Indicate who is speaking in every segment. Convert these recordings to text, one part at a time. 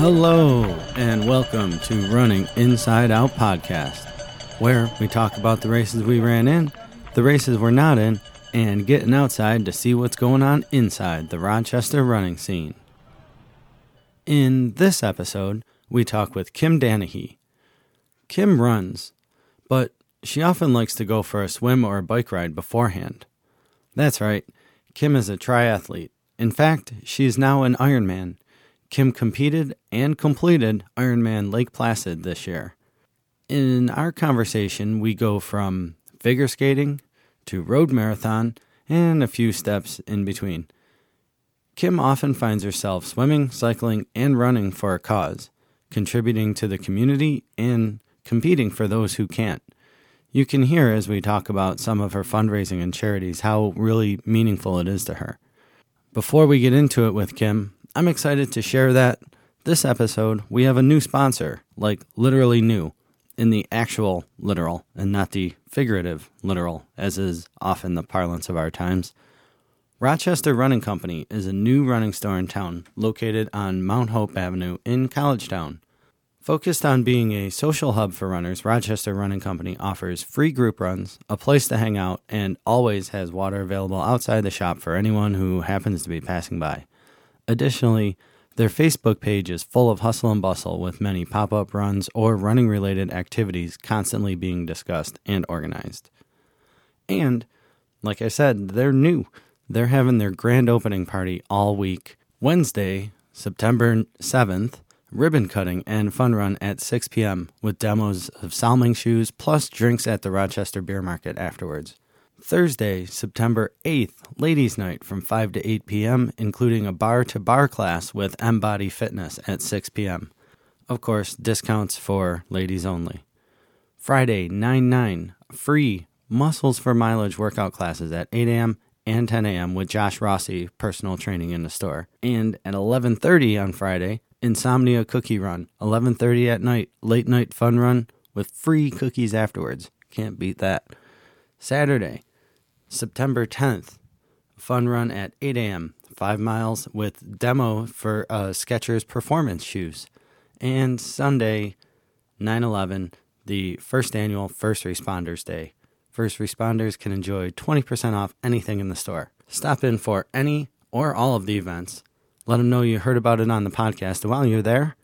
Speaker 1: Hello, and welcome to Running Inside Out Podcast, where we talk about the races we ran in, the races we're not in, and getting outside to see what's going on inside the Rochester running scene. In this episode, we talk with Kim Danahy. Kim runs, but she often likes to go for a swim or a bike ride beforehand. That's right, Kim is a triathlete. In fact, she is now an Ironman. Kim competed and completed Ironman Lake Placid this year. In our conversation, we go from figure skating to road marathon and a few steps in between. Kim often finds herself swimming, cycling, and running for a cause, contributing to the community and competing for those who can't. You can hear as we talk about some of her fundraising and charities how really meaningful it is to her. Before we get into it with Kim, I'm excited to share that this episode we have a new sponsor, like literally new, in the actual literal and not the figurative literal, as is often the parlance of our times. Rochester Running Company is a new running store in town located on Mount Hope Avenue in Collegetown. Focused on being a social hub for runners, Rochester Running Company offers free group runs, a place to hang out, and always has water available outside the shop for anyone who happens to be passing by. Additionally, their Facebook page is full of hustle and bustle with many pop-up runs or running related activities constantly being discussed and organized. And like I said, they're new. They're having their grand opening party all week. Wednesday, September 7th, ribbon cutting and fun run at 6 p.m. with demos of Salming shoes plus drinks at the Rochester Beer Market afterwards. Thursday, September 8th, ladies' night from 5 to 8 p.m., including a bar to bar class with M Body Fitness at 6 p.m. Of course, discounts for ladies only. Friday, 9 9, free muscles for mileage workout classes at 8 a.m. and 10 a.m. with Josh Rossi, personal training in the store. And at 11.30 on Friday, Insomnia Cookie Run. 11.30 at night, late night fun run with free cookies afterwards. Can't beat that. Saturday, September 10th, fun run at 8 a.m., five miles with demo for uh, Skechers performance shoes. And Sunday, 9 11, the first annual First Responders Day. First responders can enjoy 20% off anything in the store. Stop in for any or all of the events. Let them know you heard about it on the podcast. And while you're there,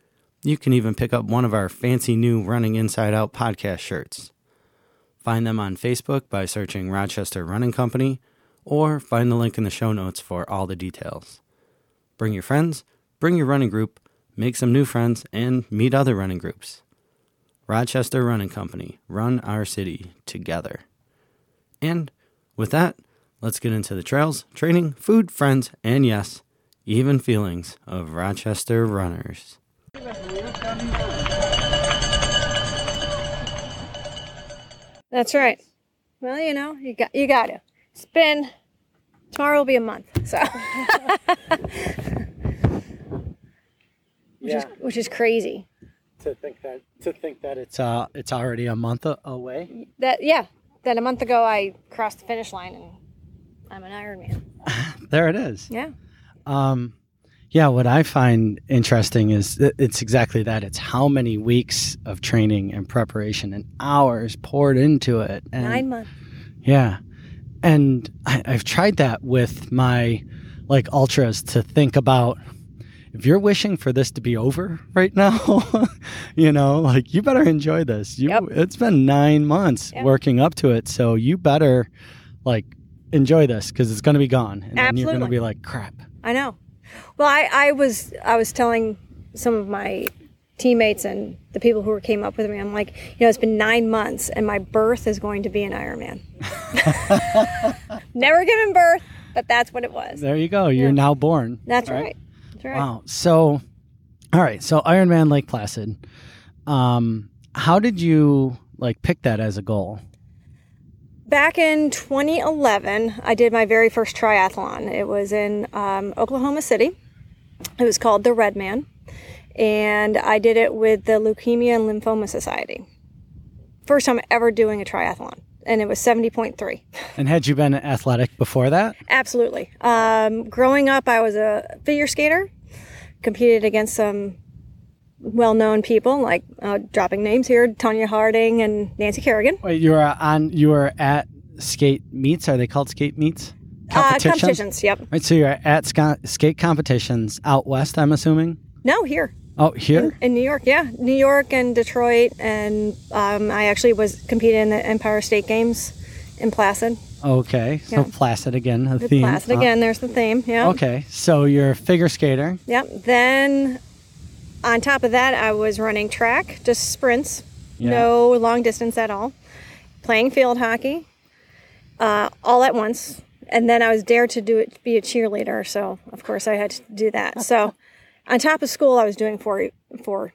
Speaker 1: you can even pick up one of our fancy new Running Inside Out podcast shirts. Find them on Facebook by searching Rochester Running Company or find the link in the show notes for all the details. Bring your friends, bring your running group, make some new friends, and meet other running groups. Rochester Running Company, run our city together. And with that, let's get into the trails, training, food, friends, and yes, even feelings of Rochester runners.
Speaker 2: That's right. Well, you know, you got you got to. It's been tomorrow will be a month, so which is
Speaker 3: Yeah.
Speaker 2: which is crazy.
Speaker 3: to think that to think that it's uh it's already a month a- away.
Speaker 2: That yeah. Then a month ago, I crossed the finish line and I'm an Iron Man.
Speaker 3: There it is.
Speaker 2: Yeah.
Speaker 3: Um, yeah. What I find interesting is th- it's exactly that. It's how many weeks of training and preparation and hours poured into it. And
Speaker 2: Nine months.
Speaker 3: Yeah. And I, I've tried that with my like ultras to think about if you're wishing for this to be over right now, you know, like you better enjoy this. You
Speaker 2: Yep.
Speaker 3: it's been 9 months
Speaker 2: Yep.
Speaker 3: working up to it, so you better like enjoy this cuz it's going to be gone and then you're going to
Speaker 2: Absolutely.
Speaker 3: be like crap.
Speaker 2: I know. Well, I, I was I was telling some of my teammates and the people who came up with me. I'm like, you know, it's been nine months, and my birth is going to be an Iron Man. Never given birth, but that's what it was.
Speaker 3: There you go. You're
Speaker 2: Yeah.
Speaker 3: now born.
Speaker 2: That's
Speaker 3: Right.
Speaker 2: right. That's right.
Speaker 3: Wow. So, all right. So Ironman Lake Placid. Um how did you like pick that as a goal?
Speaker 2: Back in 2011, I did my very first triathlon. It was in um, Oklahoma City. It was called the Red Man, and I did it with the Leukemia and Lymphoma Society. First time ever doing a triathlon, and it was 70.3.
Speaker 3: And had you been athletic before that?
Speaker 2: Absolutely. Um, growing up, I was a figure skater, competed against some well-known people like uh, dropping names here, Tanya Harding and Nancy Kerrigan.
Speaker 3: Wait, you are on. You are at skate meets. Are they called skate meets?
Speaker 2: Uh, competitions. Yep.
Speaker 3: Right. So you're at sca- skate competitions out west. I'm assuming.
Speaker 2: No, here
Speaker 3: Oh, here.
Speaker 2: in New York. Yeah, New York and Detroit, and um, I actually was competing in the Empire State Games in Placid.
Speaker 3: Okay. So
Speaker 2: Mm-hmm. Yeah.
Speaker 3: Placid again. A
Speaker 2: The
Speaker 3: theme.
Speaker 2: Placid
Speaker 3: Uh,
Speaker 2: again. There's the theme. Yeah.
Speaker 3: Okay. So you're a figure skater.
Speaker 2: Yep. Then, on top of that, I was running track, just sprints,
Speaker 3: Yeah.
Speaker 2: no long distance at all. Playing field hockey, uh, all at once, and then I was dared to do it, be a cheerleader. So of course I had to do that. So, on top of school, I was doing four four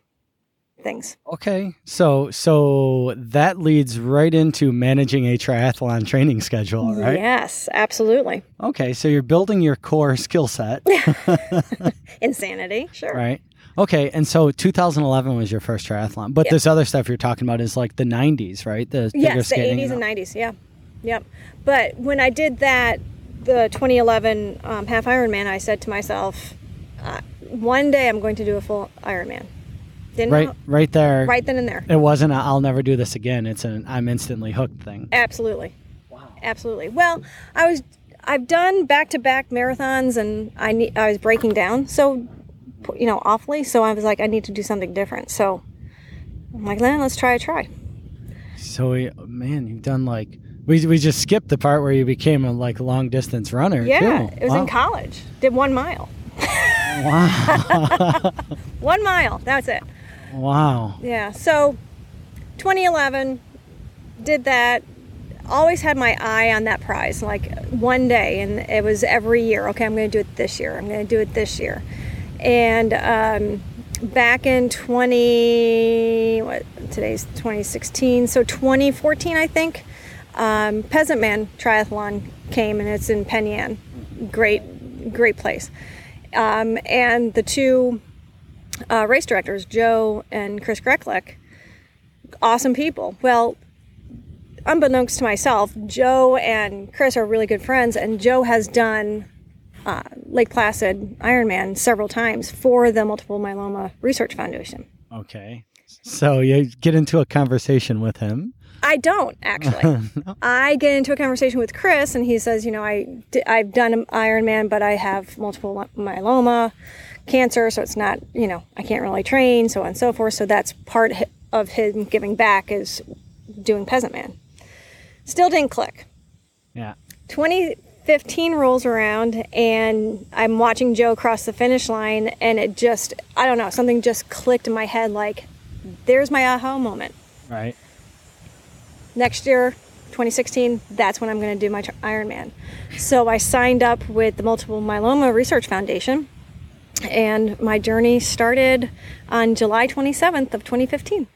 Speaker 2: things.
Speaker 3: Okay. So so that leads right into managing a triathlon training schedule, right?
Speaker 2: Yes, absolutely.
Speaker 3: Okay. So you're building your core skill set,
Speaker 2: Insanity. Sure.
Speaker 3: right? Okay. And so 2011 was your first triathlon, but this other stuff you're talking about is like the 90s, right? The figure
Speaker 2: Yes, the
Speaker 3: skating.
Speaker 2: eighties and nineties. Yeah, yep. But when I did that, the 2011 um, half Ironman, I said to myself, uh, one day I'm going to do a full Ironman. Didn't
Speaker 3: Right.
Speaker 2: know-
Speaker 3: Right there.
Speaker 2: right then and there.
Speaker 3: It wasn't. A, I'll never do this again. It's an I'm instantly hooked thing.
Speaker 2: Absolutely. Wow. Absolutely. Well, I was I've done back to back marathons and I need I was breaking down so you know awfully so I was like I need to do something different. So I'm like then let's try a try.
Speaker 3: So we, man, you've done like we, we just skipped the part where you became a like long distance runner.
Speaker 2: Yeah,
Speaker 3: too.
Speaker 2: it was
Speaker 3: wow.
Speaker 2: in college. Did one mile. one mile. That's it.
Speaker 3: Wow.
Speaker 2: Yeah. So 2011 did that. Always had my eye on that prize, like one day, and it was every year. Okay, I'm going to do it this year. I'm going to do it this year. And um, back in 20, what today's 2016, so 2014, I think, um, Peasant Man Triathlon came, and it's in Penyan. Great, great place. Um, and the two uh, race directors, Joe and Chris Greklick, awesome people. Well, unbeknownst to myself, Joe and Chris are really good friends, and Joe has done uh, Lake Placid Ironman several times for the Multiple Myeloma Research Foundation.
Speaker 3: Okay. So you get into a conversation with him.
Speaker 2: I don't actually. I get into a conversation with Chris, and he says, "You know, I di- I've done Ironman, but I have multiple my- myeloma, cancer, so it's not you know I can't really train, so on and so forth. So that's part hi- of him giving back is doing Peasant Man. Still didn't click.
Speaker 3: Yeah.
Speaker 2: 2015 rolls around, and I'm watching Joe cross the finish line, and it just I don't know something just clicked in my head like, there's my aha moment
Speaker 3: Right.
Speaker 2: next year 2016 that's when i'm going to do my tr- ironman so i signed up with the multiple myeloma research foundation and my journey started on july 27th of 2015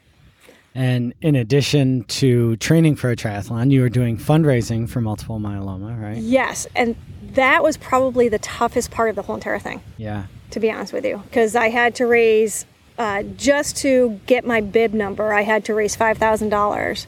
Speaker 3: And in addition to training for a triathlon, you were doing fundraising for multiple myeloma, right?
Speaker 2: yes and that was probably the toughest part of the whole entire thing
Speaker 3: Yeah.
Speaker 2: to be honest with you because i had to raise uh, just to get my bib number i had to raise $5000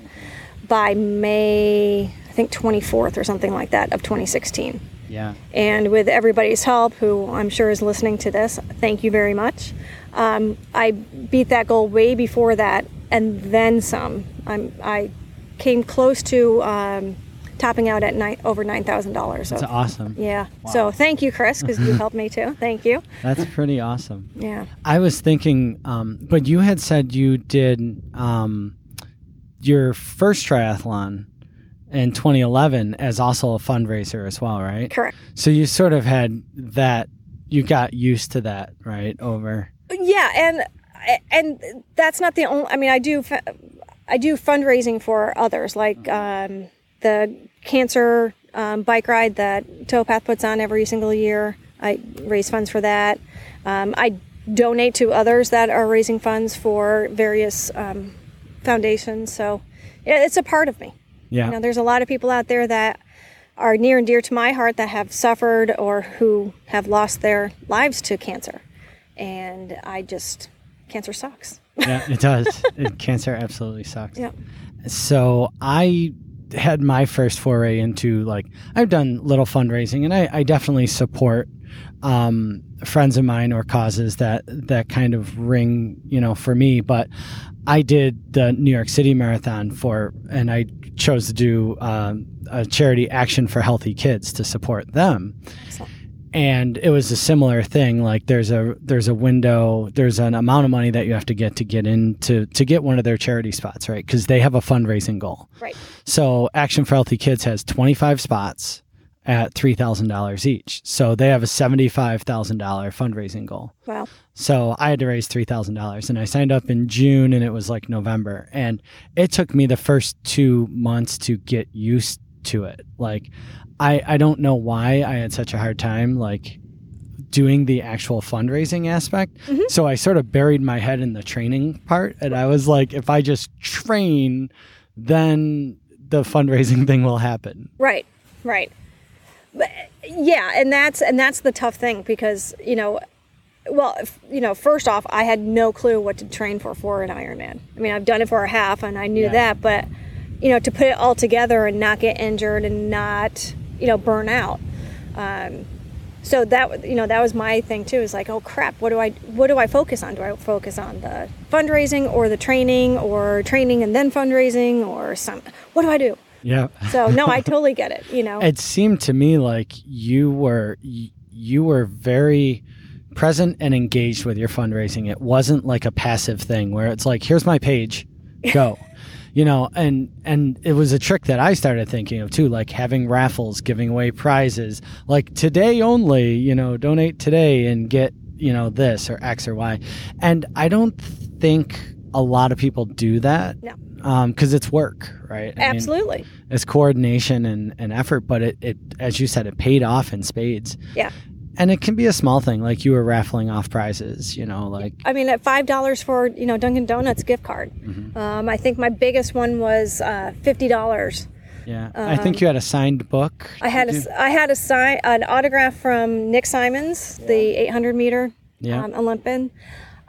Speaker 2: by may i think 24th or something like that of 2016
Speaker 3: Yeah.
Speaker 2: And with everybody's help, who I'm sure is listening to this, thank you very much. Um, I beat that goal way before that, and then some. I'm, I came close to um, topping out at nine, over nine thousand dollars.
Speaker 3: That's awesome.
Speaker 2: Yeah. So thank you, Chris, because you helped me too. Thank you.
Speaker 3: That's pretty awesome.
Speaker 2: Yeah.
Speaker 3: I was thinking, um, but you had said you did um, your first triathlon in 2011 as also a fundraiser as well, right?
Speaker 2: Correct.
Speaker 3: So you sort of had that. You got used to that, right? Over.
Speaker 2: yeah and and that's not the only i mean i do fa- i do fundraising for others like um, the cancer um, bike ride that towpath puts on every single year i raise funds for that um, i donate to others that are raising funds for various um, foundations so yeah, it's a part of me
Speaker 3: Yeah.
Speaker 2: you know, there's a lot of people out there that are near and dear to my heart that have suffered or who have lost their lives to cancer. And I just, cancer sucks.
Speaker 3: yeah, it does. It, cancer absolutely sucks.
Speaker 2: Yeah.
Speaker 3: So I had my first foray into like I've done little fundraising, and I, I definitely support um, friends of mine or causes that that kind of ring, you know, for me. But I did the New York City Marathon for, and I chose to do um, a charity action for healthy kids to support them.
Speaker 2: Excellent.
Speaker 3: And it was a similar thing. Like there's a there's a window, there's an amount of money that you have to get to get in to to get one of their charity spots, right? Because they have a fundraising goal.
Speaker 2: Right.
Speaker 3: So Action for Healthy Kids has 25 spots at three thousand dollars each. So they have a seventy five thousand dollar fundraising goal.
Speaker 2: Wow.
Speaker 3: So I had to raise three thousand dollars, and I signed up in June, and it was like November, and it took me the first two months to get used to it. Like, I I don't know why I had such a hard time like doing the actual fundraising aspect.
Speaker 2: Mhm.
Speaker 3: So I sort of buried my head in the training part, and I was like, if I just train, then the fundraising thing will happen.
Speaker 2: Right. Right. But, yeah, and that's and that's the tough thing because you know, well, if, you know, first off, I had no clue what to train for for an Ironman. I mean, I've done it for a half, and I knew
Speaker 3: Yeah.
Speaker 2: that, but you know, to put it all together and not get injured and not you know burn out. Um, so that wa- you know that was my thing too. Is like, oh crap, what do I what do I focus on? Do I focus on the fundraising or the training or training and then fundraising or some? What do I do?
Speaker 3: Yeah.
Speaker 2: So no, I totally get it. You know,
Speaker 3: it seemed to me like you were y- you were very present and engaged with your fundraising it wasn't like a passive thing where it's like here's my page go you know and and it was a trick that i started thinking of too like having raffles giving away prizes like today only you know donate today and get you know this or x or y and i don't think a lot of people do that
Speaker 2: No.
Speaker 3: because it's work right I mean,
Speaker 2: absolutely.
Speaker 3: it's coordination and, and effort, but it, it, as you said, it paid off in spades.
Speaker 2: Yeah.
Speaker 3: And it can be a small thing, like you were raffling off prizes, you know, like,
Speaker 2: I mean, at five dollars for you know Dunkin' Donuts gift card. Um, I think my biggest one was uh, fifty dollars.
Speaker 3: yeah. I think you had a signed book.
Speaker 2: I had a s
Speaker 3: Did
Speaker 2: I had a sign an autograph from Nick Simons, the eight hundred meter
Speaker 3: Yeah.
Speaker 2: um, Olympian,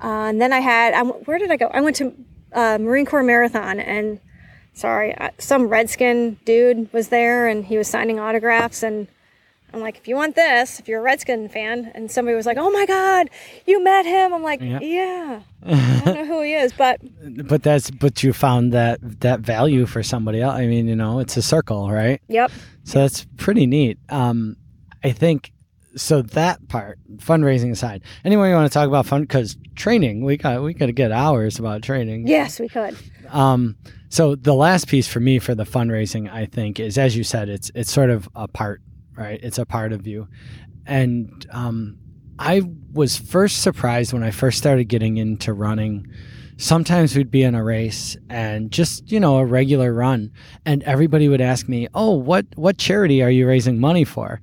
Speaker 2: uh, and then I had I w where did I go? I went to uh, Marine Corps Marathon and. Sorry, I- some redskin dude was there and he was signing autographs and I'm like, if you want this, if you're a Redskin fan, and somebody was like, oh my God, you met him. I'm like,
Speaker 3: Yeah.
Speaker 2: yeah. I don't know who he is, but
Speaker 3: you- but that's, but you found that, that value for somebody else. I mean, you know, it's a circle, right?
Speaker 2: yep.
Speaker 3: So that's pretty neat. Um, I think so. That part, fundraising aside. Anyone you want to talk about fun? Because training, we got we got to get hours about training.
Speaker 2: Yes, we could.
Speaker 3: Um, so the last piece for me for the fundraising, I think, is as you said, it's it's sort of a part, right? It's a part of you, and um, I was first surprised when I first started getting into running. Sometimes we'd be in a race and just you know a regular run, and everybody would ask me, "Oh, what what charity are you raising money for?"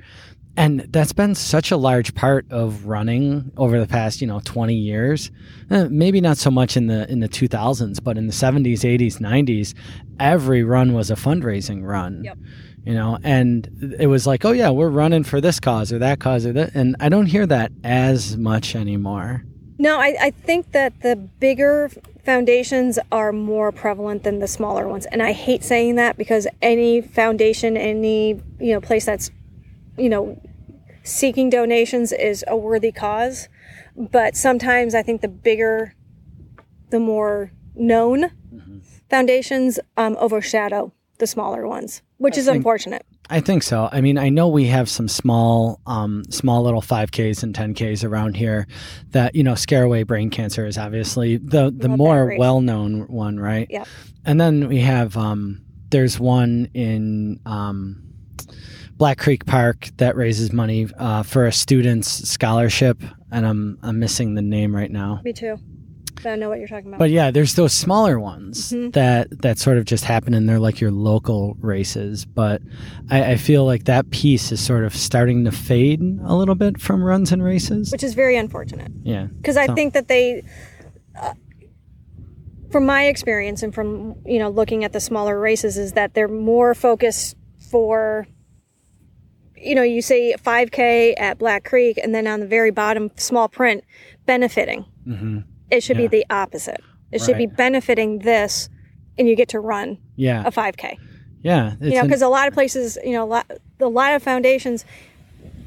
Speaker 3: And that's been such a large part of running over the past, you know, 20 years. Eh, Maybe not so much in the in the 2000s, but in the 70s, 80s, 90s, every run was a fundraising run.
Speaker 2: Yep.
Speaker 3: You know, and it was like, "Oh yeah, we're running for this cause or that cause or that." And I don't hear that as much anymore.
Speaker 2: No, I, I think that the bigger foundations are more prevalent than the smaller ones. And I hate saying that because any foundation, any, you know, place that's, you know, seeking donations is a worthy cause. But sometimes I think the bigger, the more known foundations um, overshadow the smaller ones, which is unfortunate.
Speaker 3: I think so. I mean, I know we have some small, um, small little 5Ks and 10Ks around here that, you know, scare away brain cancer is obviously the, the
Speaker 2: Love that
Speaker 3: more
Speaker 2: race.
Speaker 3: well known one, right?
Speaker 2: Yeah.
Speaker 3: And then we have, um, there's one in um, Black Creek Park that raises money uh, for a student's scholarship. And I'm, I'm missing the name right now.
Speaker 2: Me too. But I know what you're talking about.
Speaker 3: But yeah, there's those smaller ones
Speaker 2: Mhm.
Speaker 3: that that sort of just happen, and they're like your local races. But I, I feel like that piece is sort of starting to fade a little bit from runs and races.
Speaker 2: which is very unfortunate.
Speaker 3: Yeah,
Speaker 2: because I
Speaker 3: So-
Speaker 2: think that they, uh, from my experience and from you know looking at the smaller races, is that they're more focused for, you know, you say 5K at Black Creek, and then on the very bottom, small print, benefiting.
Speaker 3: hmm
Speaker 2: It should
Speaker 3: Yeah.
Speaker 2: be the opposite. It should be
Speaker 3: Right.
Speaker 2: benefiting this, and you get to run
Speaker 3: yeah,
Speaker 2: a 5K
Speaker 3: yeah. It's
Speaker 2: you know
Speaker 3: an-
Speaker 2: because a lot of places you know a lot, a lot of foundations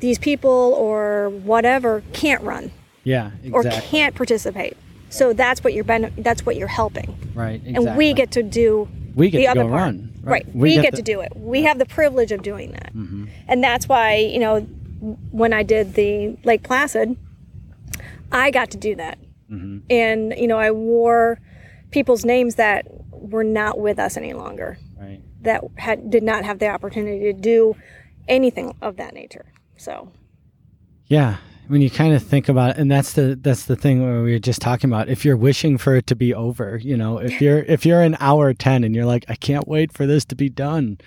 Speaker 2: these people or whatever can't run
Speaker 3: Yeah,
Speaker 2: or
Speaker 3: exactly.
Speaker 2: can't participate. So that's what you're ben- that's what you're helping.
Speaker 3: right,
Speaker 2: And
Speaker 3: exactly.
Speaker 2: we get to do
Speaker 3: We get
Speaker 2: the
Speaker 3: to
Speaker 2: other
Speaker 3: go
Speaker 2: part.
Speaker 3: run,
Speaker 2: Right.
Speaker 3: right.
Speaker 2: We, get, to do it. We have the privilege of doing that.
Speaker 3: Mm-hmm.
Speaker 2: And that's why, you know, when I did the Lake Placid, I got to do that.
Speaker 3: Mm-hmm.
Speaker 2: And, you know, I wore people's names that were not with us any longer,
Speaker 3: Right.
Speaker 2: that had did not have the opportunity to do anything of that nature. So,
Speaker 3: Yeah. When you kind of think about it, and that's the that's the thing where we were just talking about. If you're wishing for it to be over, you know, if you're if you're an hour ten and you're like, I can't wait for this to be done,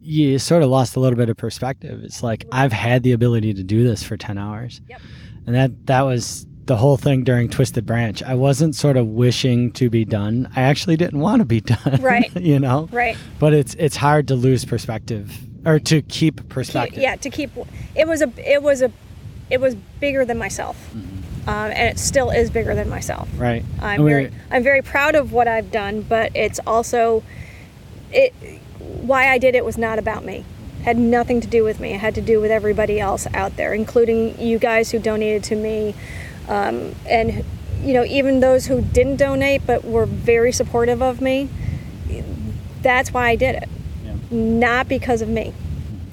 Speaker 3: you sort of lost a little bit of perspective. It's like I've had the ability to do this for ten hours,
Speaker 2: Mm-hmm. Yep.
Speaker 3: and that that was the whole thing during Twisted Branch. I wasn't sort of wishing to be done. I actually didn't want to be done.
Speaker 2: Right.
Speaker 3: you know.
Speaker 2: right.
Speaker 3: But it's it's hard to lose perspective or to keep perspective.
Speaker 2: yeah to keep it was a it was a it was bigger than myself um, and it still is bigger than myself
Speaker 3: Right.
Speaker 2: i'm
Speaker 3: And we
Speaker 2: very
Speaker 3: were-
Speaker 2: i'm very proud of what i've done but it's also it why i did it was not about me had nothing to do with me it had to do with everybody else out there including you guys who donated to me um, and you know even those who didn't donate but were very supportive of me that's why i did it
Speaker 3: Yeah.
Speaker 2: not because of me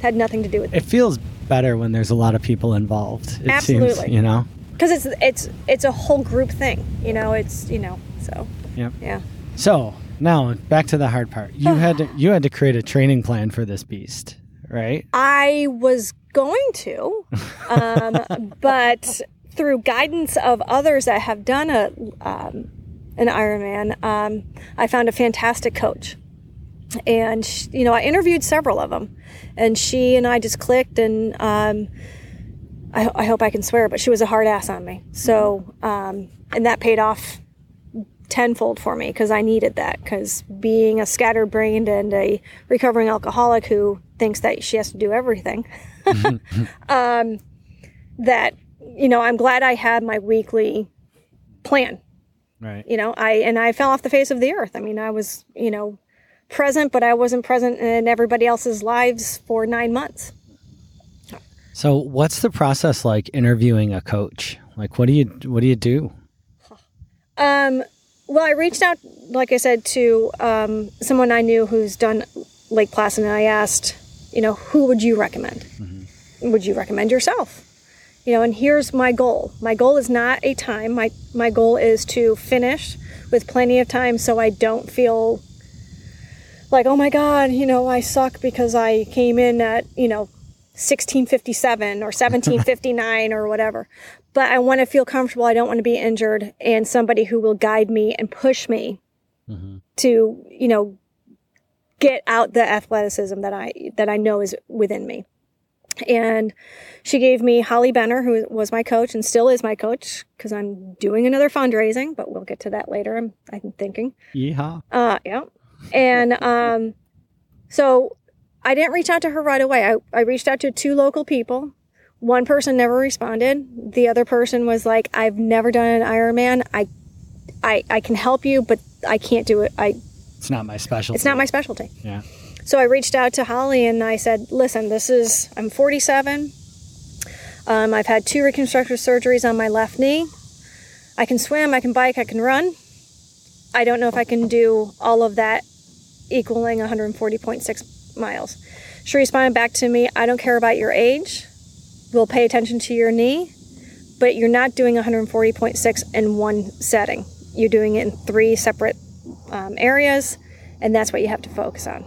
Speaker 2: had nothing to do with me.
Speaker 3: it feels better when there's a lot of people involved. It seems,
Speaker 2: Absolutely.
Speaker 3: you know.
Speaker 2: because it's it's it's a whole group thing you know it's you know so
Speaker 3: Yep.
Speaker 2: yeah
Speaker 3: So now back to the hard part. You had to, you had to create a training plan for this beast, right?
Speaker 2: i was going to um, but through guidance of others that have done a um, an ironman um, i found a fantastic coach and sh you know i interviewed several of them and she and i just clicked and um, I, I hope i can swear but she was a hard ass on me so um, and that paid off tenfold for me because i needed that because being a scatterbrained and a recovering alcoholic who thinks that she has to do everything um, that you know i'm glad i had my weekly plan
Speaker 3: Right.
Speaker 2: you know i and i fell off the face of the earth i mean i was you know present but i wasn't present in everybody else's lives for nine months
Speaker 3: So what's the process like interviewing a coach? Like what do you what do you do?
Speaker 2: um, well i reached out like i said to um, someone i knew who's done lake placid and i asked you know who would you recommend would you recommend yourself you know and here's my goal my goal is not a time my my goal is to finish with plenty of time so i don't feel like oh my god you know i suck because i came in at you know 1657 or 1759 or whatever but i want to feel comfortable i don't want to be injured and somebody who will guide me and push me
Speaker 3: Mm-hmm.
Speaker 2: to you know get out the athleticism that i that i know is within me and she gave me Holly Benner, who was my coach and still is my coach because I'm doing another fundraising, but we'll get to that later. I'm, I'm thinking.
Speaker 3: Yeehaw.
Speaker 2: Uh, yeah. And um, so I didn't reach out to her right away. I, I reached out to two local people. One person never responded. The other person was like, I've never done an Ironman. I, I, I can help you, but I can't do it. I,
Speaker 3: It's not my specialty.
Speaker 2: it's not my specialty.
Speaker 3: Yeah.
Speaker 2: So I reached out to Holly and I said, listen, this is, I'm 47. Um, I've had two reconstructive surgeries on my left knee. I can swim, I can bike, I can run. I don't know if I can do all of that equaling 140.6 miles. She responded back to me, I don't care about your age. We'll pay attention to your knee, but you're not doing 140.6 in one setting. You're doing it in three separate um, areas, and that's what you have to focus on.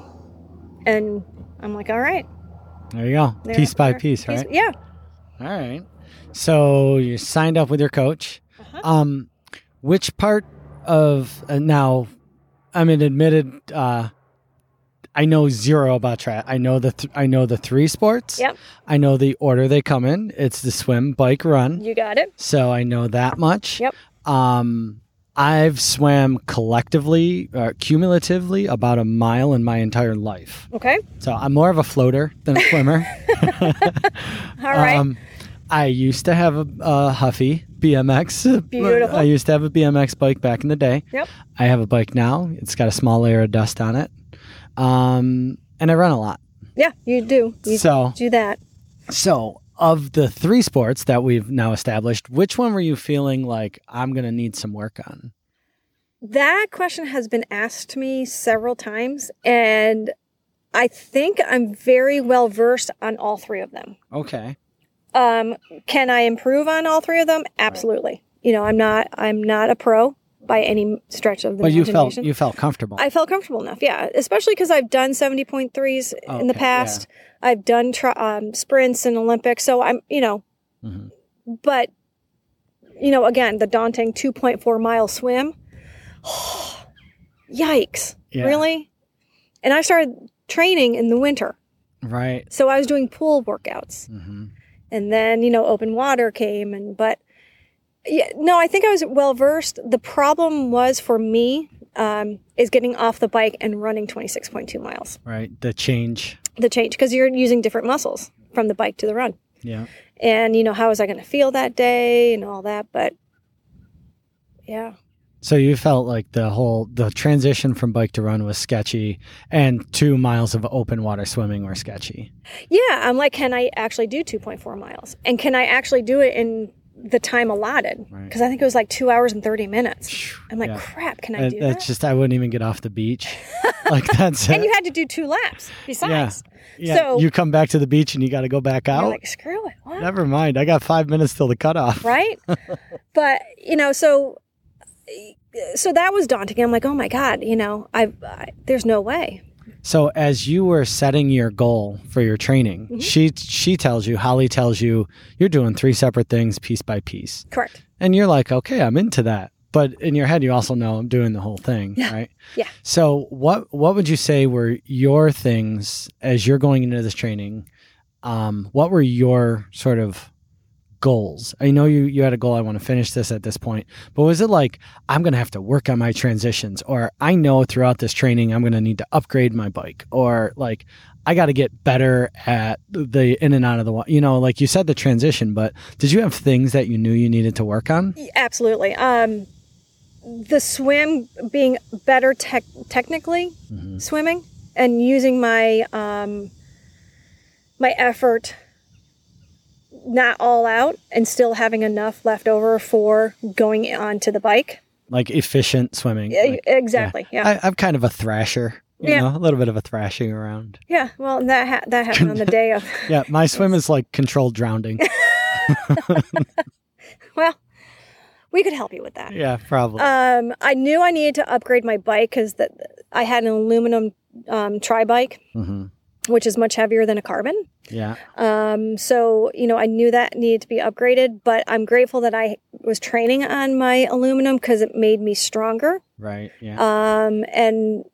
Speaker 2: And I'm like, all right.
Speaker 3: There you go.
Speaker 2: there-
Speaker 3: piece by
Speaker 2: there-
Speaker 3: piece, right?
Speaker 2: Yeah.
Speaker 3: All right. So you signed up with your coach.
Speaker 2: Uh-huh.
Speaker 3: Um, which part of uh, now? I'm an admitted. Uh, I know zero about track. I know the th- I know the three sports.
Speaker 2: Yep.
Speaker 3: I know the order they come in. It's the swim, bike, run.
Speaker 2: You got it.
Speaker 3: So I know that much.
Speaker 2: Yep.
Speaker 3: Um, I've swam collectively, uh, cumulatively, about a mile in my entire life.
Speaker 2: Okay.
Speaker 3: So I'm more of a floater than a swimmer.
Speaker 2: All right.
Speaker 3: Um, I used to have a, a Huffy BMX.
Speaker 2: Beautiful.
Speaker 3: I used to have a BMX bike back in the day.
Speaker 2: Yep.
Speaker 3: I have a bike now. It's got a small layer of dust on it. Um, and I run a lot.
Speaker 2: yeah, you do. You
Speaker 3: so,
Speaker 2: do that.
Speaker 3: so of the three sports that we've now established, which one were you feeling like I'm going to need some work on?
Speaker 2: That question has been asked to me several times, and I think I'm very well versed on all three of them.
Speaker 3: Okay.
Speaker 2: Um, can I improve on all three of them? Absolutely. You know, I'm not I'm not a pro by any stretch of the
Speaker 3: But you felt
Speaker 2: imagination.
Speaker 3: you felt comfortable.
Speaker 2: I felt comfortable enough, yeah. Especially because I've done 70.3s in the
Speaker 3: Okay,
Speaker 2: past. I've done tri- um, sprints and Olympics, so I'm you know,
Speaker 3: Mhm.
Speaker 2: but you know, again, the daunting 2.4 mile swim. Yikes!
Speaker 3: Yeah.
Speaker 2: Really? And I started training in the winter,
Speaker 3: Right.
Speaker 2: so I was doing pool workouts
Speaker 3: hmm
Speaker 2: and then you know open water came and but yeah no i think i was well versed the problem was for me um, is getting off the bike and running 26.2 miles
Speaker 3: Right. The change.
Speaker 2: the change because you're using different muscles from the bike to the run
Speaker 3: Yeah.
Speaker 2: and you know how was i going to feel that day and all that but yeah
Speaker 3: So you felt like the whole the transition from bike to run was sketchy, and two miles of open water swimming were sketchy.
Speaker 2: yeah i'm like can i actually do 2.4 miles and can i actually do it in the time allotted
Speaker 3: Right.
Speaker 2: because i think it was like two hours and 30 minutes i'm like
Speaker 3: Yeah.
Speaker 2: crap can i
Speaker 3: That-
Speaker 2: do that
Speaker 3: that's just I wouldn't even get off the beach. like that's
Speaker 2: and
Speaker 3: it.
Speaker 2: you had to do two laps besides
Speaker 3: yeah.
Speaker 2: so-
Speaker 3: you come back to the beach and you got to go back
Speaker 2: You're
Speaker 3: out.
Speaker 2: like, screw it. What?
Speaker 3: Never mind. I got five minutes till the cutoff.
Speaker 2: Right? but, you know, so so that was daunting. I'm like, oh my God, you know, I, I there's no way.
Speaker 3: So as you were setting your goal for your training,
Speaker 2: Mhm.
Speaker 3: she she tells you, Holly tells you, you're doing three separate things piece by piece.
Speaker 2: Correct.
Speaker 3: And you're like, okay, I'm into that. But in your head you also know I'm doing the whole thing,
Speaker 2: Yeah.
Speaker 3: right?
Speaker 2: Yeah.
Speaker 3: So what what would you say were your things as you're going into this training? Um, what were your sort of goals? I know you you had a goal I want to finish this at this point, but was it like I'm going to have to work on my transitions or I know throughout this training I'm going to need to upgrade my bike or like I got to get better at the in and out of the wa- you know, like you said the transition, but did you have things that you knew you needed to work on?
Speaker 2: Absolutely. Um, the swim being better tech technically,
Speaker 3: Mhm.
Speaker 2: swimming and using my um, my effort not all out and still having enough left over for going onto the bike.
Speaker 3: Like efficient swimming.
Speaker 2: Yeah,
Speaker 3: like-
Speaker 2: exactly. Yeah.
Speaker 3: I, I'm kind of a thrasher. You
Speaker 2: Yeah.
Speaker 3: know, a little bit of a thrashing around.
Speaker 2: Yeah, well, that ha- that happened on the day of.
Speaker 3: Yeah, my swim is like controlled drowning.
Speaker 2: Well, we could help you with that.
Speaker 3: yeah, probably.
Speaker 2: Um, I knew I needed to upgrade my bike because that I had an aluminum um, tri bike,
Speaker 3: hmm
Speaker 2: which is much heavier than a carbon.
Speaker 3: Yeah,
Speaker 2: Um, so you know, I knew that needed to be upgraded. But I'm grateful that I was training on my aluminum because it made me stronger
Speaker 3: right. Yeah,
Speaker 2: um, and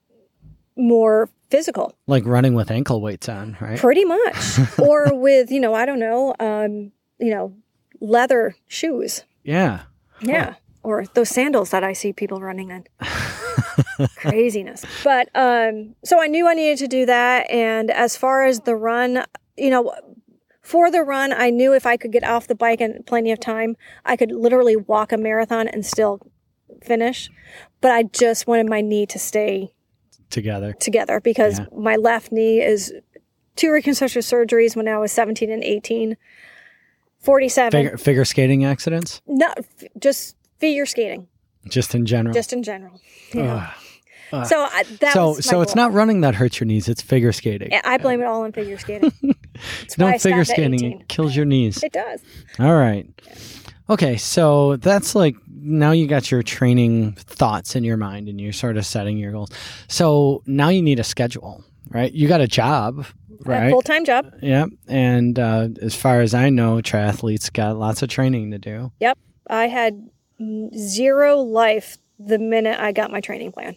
Speaker 2: more physical,
Speaker 3: like running with ankle weights on, right?
Speaker 2: pretty much, or with you know, I don't know, um, you know, leather shoes.
Speaker 3: yeah.
Speaker 2: Yeah. Or those sandals that I see people running in. Craziness. But um so I knew I needed to do that and as far as the run, you know, for the run, I knew if I could get off the bike in plenty of time, I could literally walk a marathon and still finish. But I just wanted my knee to stay
Speaker 3: Together.
Speaker 2: together because
Speaker 3: Yeah.
Speaker 2: my left knee is two reconstructive surgeries when I was 17 and 18. 47.
Speaker 3: Figure, figure skating accidents,
Speaker 2: Not just figure skating.
Speaker 3: just in general.
Speaker 2: just in general. you know.
Speaker 3: Ugh. Ugh.
Speaker 2: So I, that
Speaker 3: Oh, so,
Speaker 2: was my
Speaker 3: so it's
Speaker 2: goal.
Speaker 3: not running that hurts your knees. It's figure skating.
Speaker 2: I I blame it all on figure skating. It's why I
Speaker 3: Don't figure
Speaker 2: stopped at
Speaker 3: skating.
Speaker 2: 18.
Speaker 3: It kills your knees.
Speaker 2: It does.
Speaker 3: All right. Okay, so that's like now you got your training thoughts in your mind and you're sort of setting your goals. So now you need a schedule, right? You got a job, right?
Speaker 2: Full time job.
Speaker 3: Yep. And uh, as far as I know, triathletes got lots of training to do.
Speaker 2: I had zero life the minute I got my training plan.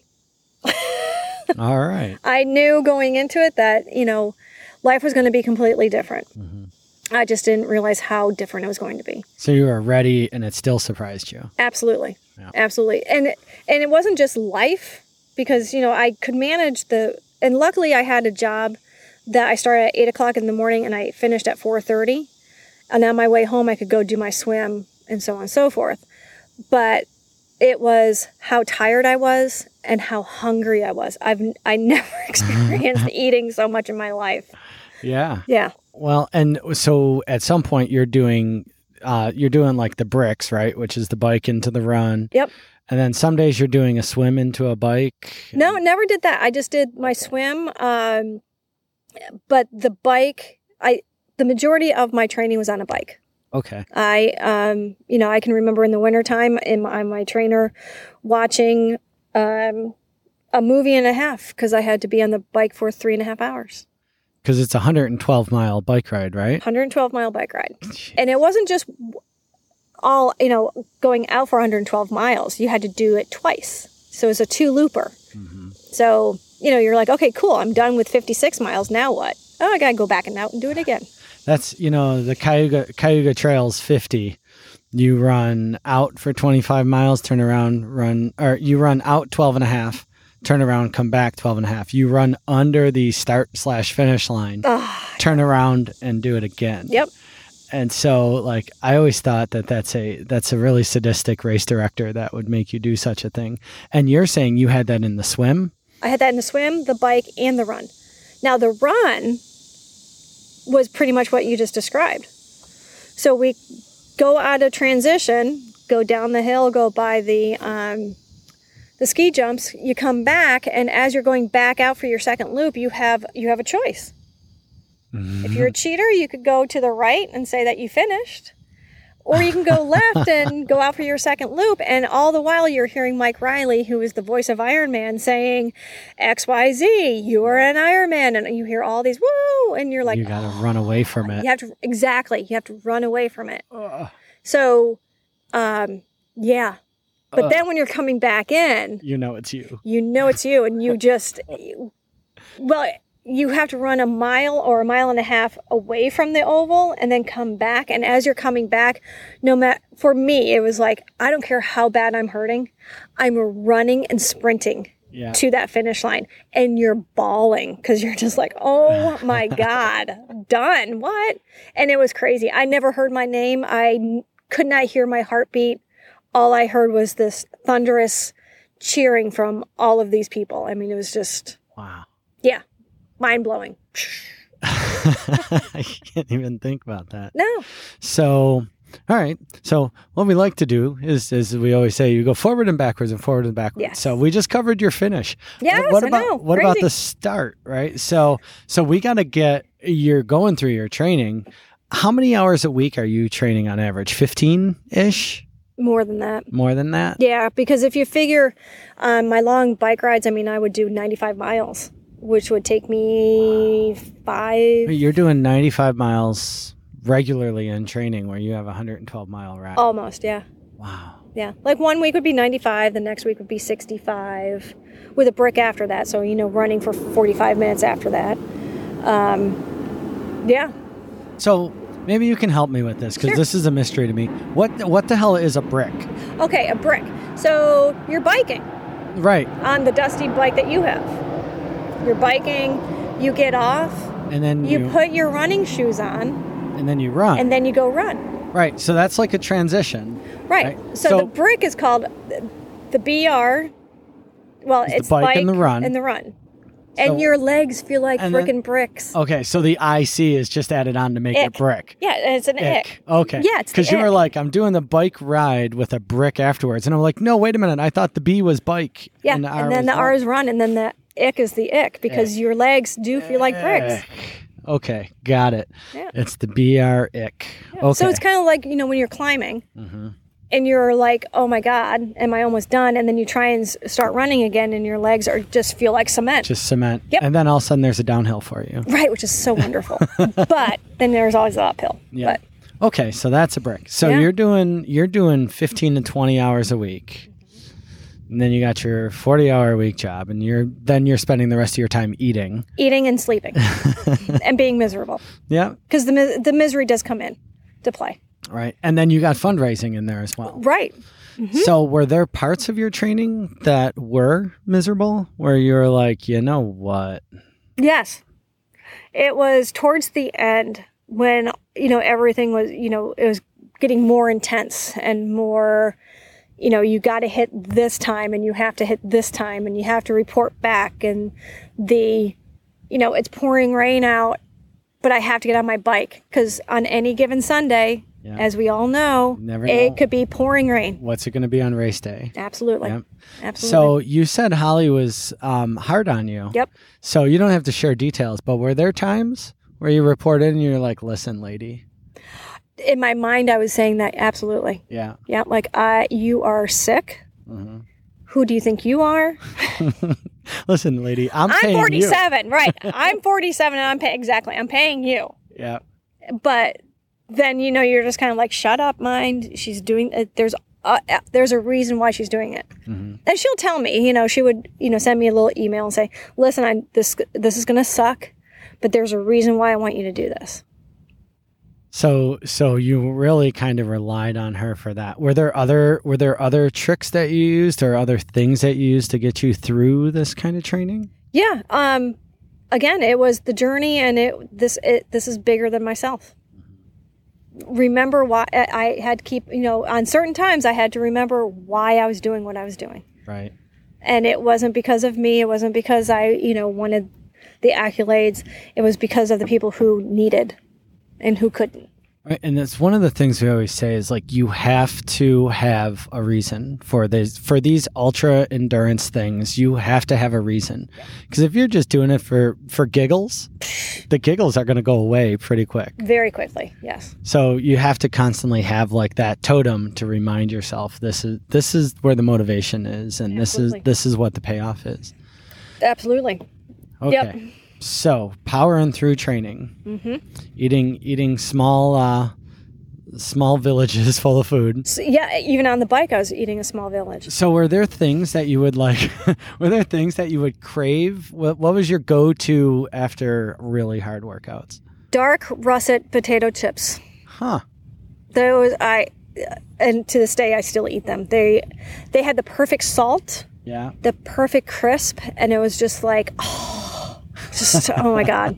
Speaker 3: All right.
Speaker 2: I knew going into it that you know life was going to be completely different.
Speaker 3: Mhm.
Speaker 2: I just didn't realize how different it was going to be.
Speaker 3: So you were ready and it still surprised you.
Speaker 2: Absolutely,
Speaker 3: Yeah.
Speaker 2: absolutely, and it- and it wasn't just life because you know I could manage the and luckily I had a job that I started at eight o'clock in the morning and I finished at four thirty, and on my way home I could go do my swim and so on and so forth, but it was how tired I was and how hungry I was. I've I never experienced eating so much in my life.
Speaker 3: Yeah.
Speaker 2: Yeah.
Speaker 3: Well, and so at some point you're doing uh you're doing like the bricks, right? Which is the bike into the run.
Speaker 2: Yep.
Speaker 3: And then some days you're doing a swim into a bike.
Speaker 2: No, never did that. I just did my swim. Um, but the bike, I the majority of my training was on a bike.
Speaker 3: Okay.
Speaker 2: I, um, you know, I can remember in the wintertime in my, my trainer watching um, a movie and a half because I had to be on the bike for three and a half hours.
Speaker 3: Because it's a 112 mile bike ride, right?
Speaker 2: 112 mile bike ride. And it wasn't just all, you know, going out for 112 miles. You had to do it twice. So it's a two looper. So, you know, you're like, okay, cool. I'm done with 56 miles. Now what? Oh, I got to go back and out and do it again.
Speaker 3: That's you know the Cayuga Cayuga Trails 50. You run out for 25 miles, turn around, run or you run out 12 and a half, turn around, come back 12 and a half. You run under the start slash finish line,
Speaker 2: Ugh.
Speaker 3: turn around and do it again.
Speaker 2: Yep.
Speaker 3: And so like I always thought that that's a that's a really sadistic race director that would make you do such a thing. And you're saying you had that in the swim?
Speaker 2: I had that in the swim, the bike, and the run. Now, the run was pretty much what you just described. So we go out of transition, go down the hill, go by the um, the ski jumps. You come back, and as you're going back out for your second loop, you have you have a choice. If you're a cheater, you could go to the right and say that you finished, or you can go left and go out for your second loop. And all the while, you're hearing Mike Riley, who is the voice of Iron Man, saying, XYZ, you are an Iron Man. And you hear all these, woo, and you're like, oh,
Speaker 3: you got to run away from it.
Speaker 2: you have to exactly. You have to run away from it. So, um, yeah. But then when you're coming back in,
Speaker 3: You know it's you.
Speaker 2: you know it's you, and you just, well, you have to run a mile or a mile and a half away from the oval and then come back. And as you're coming back, no matter for me, it was like I don't care how bad I'm hurting, I'm running and sprinting
Speaker 3: Yeah.
Speaker 2: to that finish line and you're bawling because you're just like, oh my God, done. What? And it was crazy. I never heard my name. I n- could not hear my heartbeat. All I heard was this thunderous cheering from all of these people. I mean, it was just,
Speaker 3: Wow.
Speaker 2: yeah, mind blowing.
Speaker 3: I can't even think about that.
Speaker 2: No,
Speaker 3: So, all right. So, what we like to do is, is we always say, you go forward and backwards and forward and backwards.
Speaker 2: Yes.
Speaker 3: So, we just covered your finish.
Speaker 2: Yes,
Speaker 3: what
Speaker 2: I
Speaker 3: about
Speaker 2: know.
Speaker 3: what about
Speaker 2: Crazy.
Speaker 3: the start? Right. So, so we got to get. You're going through your training. How many hours a week are you training on average? Fifteen ish.
Speaker 2: more than that.
Speaker 3: More than that.
Speaker 2: Yeah, because if you figure um, my long bike rides, I mean, I would do 95 miles, which would take me five.
Speaker 3: You're doing 95 miles regularly in training, where you have a 112 mile ride.
Speaker 2: Almost, yeah.
Speaker 3: Wow.
Speaker 2: Yeah. Like one week would be 95, the next week would be 65 with a brick after that. So, you know, running for 45 minutes after that. Um, yeah.
Speaker 3: So maybe you can help me with this because
Speaker 2: Sure.
Speaker 3: this is a mystery to me. What what the hell is a brick?
Speaker 2: Okay, a brick. So you're biking
Speaker 3: Right,
Speaker 2: on the dusty bike that you have. You're biking, you get off,
Speaker 3: and then you,
Speaker 2: you put your running shoes on,
Speaker 3: and then you run.
Speaker 2: and then you go run.
Speaker 3: right, so that's like a transition.
Speaker 2: Right.
Speaker 3: Right.
Speaker 2: So,
Speaker 3: So-
Speaker 2: the brick is called the- the BR. Well,
Speaker 3: It's
Speaker 2: it's,
Speaker 3: the bike and the run.
Speaker 2: And the run.
Speaker 3: So-
Speaker 2: and your legs feel like
Speaker 3: and then-
Speaker 2: freaking bricks.
Speaker 3: Okay, so the IC is just added on to make it
Speaker 2: Ick.
Speaker 3: brick.
Speaker 2: Yeah, and it's an ick.
Speaker 3: Ick. Oh, Okay.
Speaker 2: Yeah, it's the
Speaker 3: because you were
Speaker 2: ick.
Speaker 3: like, I'm doing the bike ride with a brick afterwards, and I'm like, no, wait a minute, I thought the B was bike.
Speaker 2: Yeah, and,
Speaker 3: and the R
Speaker 2: then
Speaker 3: was
Speaker 2: the R
Speaker 3: run.
Speaker 2: is run, and then the ick is the ick because your legs do feel like bricks.
Speaker 3: Ick. Okay, got it.
Speaker 2: Yeah.
Speaker 3: It's the BR ick. Okay.
Speaker 2: So it's kind of like you know when you're climbing,
Speaker 3: Mhm.
Speaker 2: and you're like, "Oh my God, am I almost done?" And then you try and s- start running again, and your legs are just feel like cement,
Speaker 3: just cement.
Speaker 2: Yep.
Speaker 3: And then all of a sudden there's a downhill for you.
Speaker 2: right? Which is so wonderful. but then there's always the uphill.
Speaker 3: Yeah.
Speaker 2: But
Speaker 3: okay, so that's a brick. So
Speaker 2: Yeah.
Speaker 3: you're doing you're doing 15 to 20 hours a week. And then you got your 40-hour week job and you're then you're spending the rest of your time eating.
Speaker 2: eating and sleeping and being miserable
Speaker 3: Yeah,
Speaker 2: because the mis- the misery does come in to play.
Speaker 3: right. And then you got fundraising in there as well.
Speaker 2: Right. Mm-hmm.
Speaker 3: So were there parts of your training that were miserable where you're like, "You know what?
Speaker 2: Yes. It was towards the end when, you know, everything was, you know, it was getting more intense and more, you know, you got to hit this time and you have to hit this time and you have to report back and the, you know, it's pouring rain out, but I have to get on my bike because on any given Sunday,
Speaker 3: Yeah.
Speaker 2: as we all know,
Speaker 3: Never
Speaker 2: it
Speaker 3: know.
Speaker 2: could be pouring rain.
Speaker 3: What's it going to be on race day?
Speaker 2: Absolutely.
Speaker 3: Yep.
Speaker 2: Absolutely.
Speaker 3: So you said Holly was um, hard on you.
Speaker 2: yep.
Speaker 3: So you don't have to share details, but were there times where you reported and you're like, "Listen, lady,
Speaker 2: In my mind, I was saying that absolutely.
Speaker 3: yeah,
Speaker 2: Yeah. Like, uh, you are sick.
Speaker 3: Mhm.
Speaker 2: Who do you think you are?
Speaker 3: listen, lady, I'm,
Speaker 2: I'm
Speaker 3: paying
Speaker 2: 47, right? I'm 47 and I'm pay- exactly. I'm paying you.
Speaker 3: you." Yeah,
Speaker 2: But then you know you're just kind of like shut up, mind. She's doing uh, there's uh, uh, there's a reason why she's doing it. And she'll tell me, you know, she would, you know, send me a little email and say, "Listen, I this this is going to suck, but there's a reason why I want you to do this."
Speaker 3: So so you really kind of relied on her for that. Were there other were there other tricks that you used or other things that you used to get you through this kind of training?
Speaker 2: Yeah. Um again, it was the journey and it this it this is bigger than myself. Remember why I I had to keep, you know, on certain times I had to remember why I was doing what I was doing.
Speaker 3: Right.
Speaker 2: and it wasn't because of me it wasn't because i you know wanted the accolades it was because of the people who needed and who couldn't
Speaker 3: Right, and that's one of the things we always say is like you have to have a reason for this for these ultra endurance things. You have to have a reason because if you're just doing it for for giggles, the giggles are going to go away pretty quick.
Speaker 2: very quickly yes
Speaker 3: So you have to constantly have like that totem to remind yourself this is this is where the motivation is, and
Speaker 2: Absolutely.
Speaker 3: this is this is what the payoff is.
Speaker 2: absolutely
Speaker 3: Okay.
Speaker 2: Yep. Mm-hmm.
Speaker 3: So powering through training, eating eating small uh, small villages full of food.
Speaker 2: so, yeah even on the bike i was eating a small village
Speaker 3: So were there things that you would like? were there things that you would crave? What, what was your go to after really hard workouts?
Speaker 2: dark russet potato chips
Speaker 3: Huh.
Speaker 2: those i and to this day i still eat them they they had the perfect salt
Speaker 3: Yeah.
Speaker 2: the perfect crisp and it was just like oh just oh my god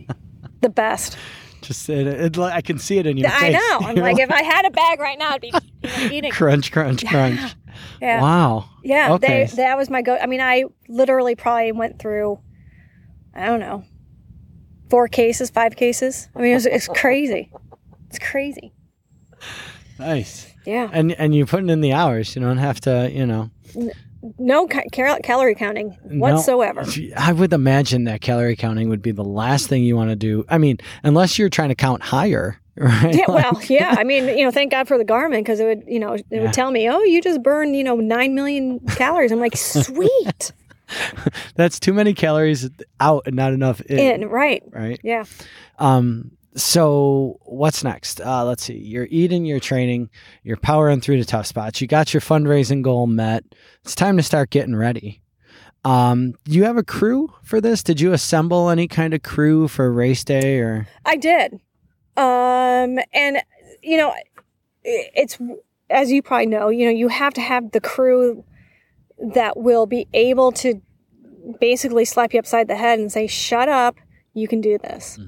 Speaker 2: the best
Speaker 3: Just it, it, I can see it in your
Speaker 2: i
Speaker 3: face.
Speaker 2: know i'm
Speaker 3: You're
Speaker 2: like if i had a bag right now i'd be you know, eating
Speaker 3: crunch, crunch, crunch.
Speaker 2: Yeah.
Speaker 3: Wow.
Speaker 2: Yeah,
Speaker 3: Okay.
Speaker 2: they, that was my go. I mean, I literally probably went through, I don't know, four cases, five cases. I mean, it was, it's crazy. It's crazy.
Speaker 3: nice.
Speaker 2: Yeah.
Speaker 3: And and you're putting in the hours. You don't have to. You know.
Speaker 2: No ca- cal- calorie counting
Speaker 3: No.
Speaker 2: whatsoever.
Speaker 3: I would imagine that calorie counting would be the last thing you want to do. I mean, unless you're trying to count higher, right?
Speaker 2: Yeah, well, yeah. I mean, you know, thank God for the Garmin because it would, you know, it
Speaker 3: Yeah.
Speaker 2: would tell me, oh, you just burned, you know, nine million calories. I'm like, sweet.
Speaker 3: That's too many calories out and not enough in.
Speaker 2: and right.
Speaker 3: Right.
Speaker 2: Yeah.
Speaker 3: Um. So what's next? Uh, let's see. You're eating, you're training, you're powering through the tough spots. You got your fundraising goal met. It's time to start getting ready. Um, do you have a crew for this? Did you assemble any kind of crew for race day or?
Speaker 2: I did. Um, and you know, it- it's as you probably know, you know, you have to have the crew that will be able to basically slap you upside the head and say, "Shut up, you can do this."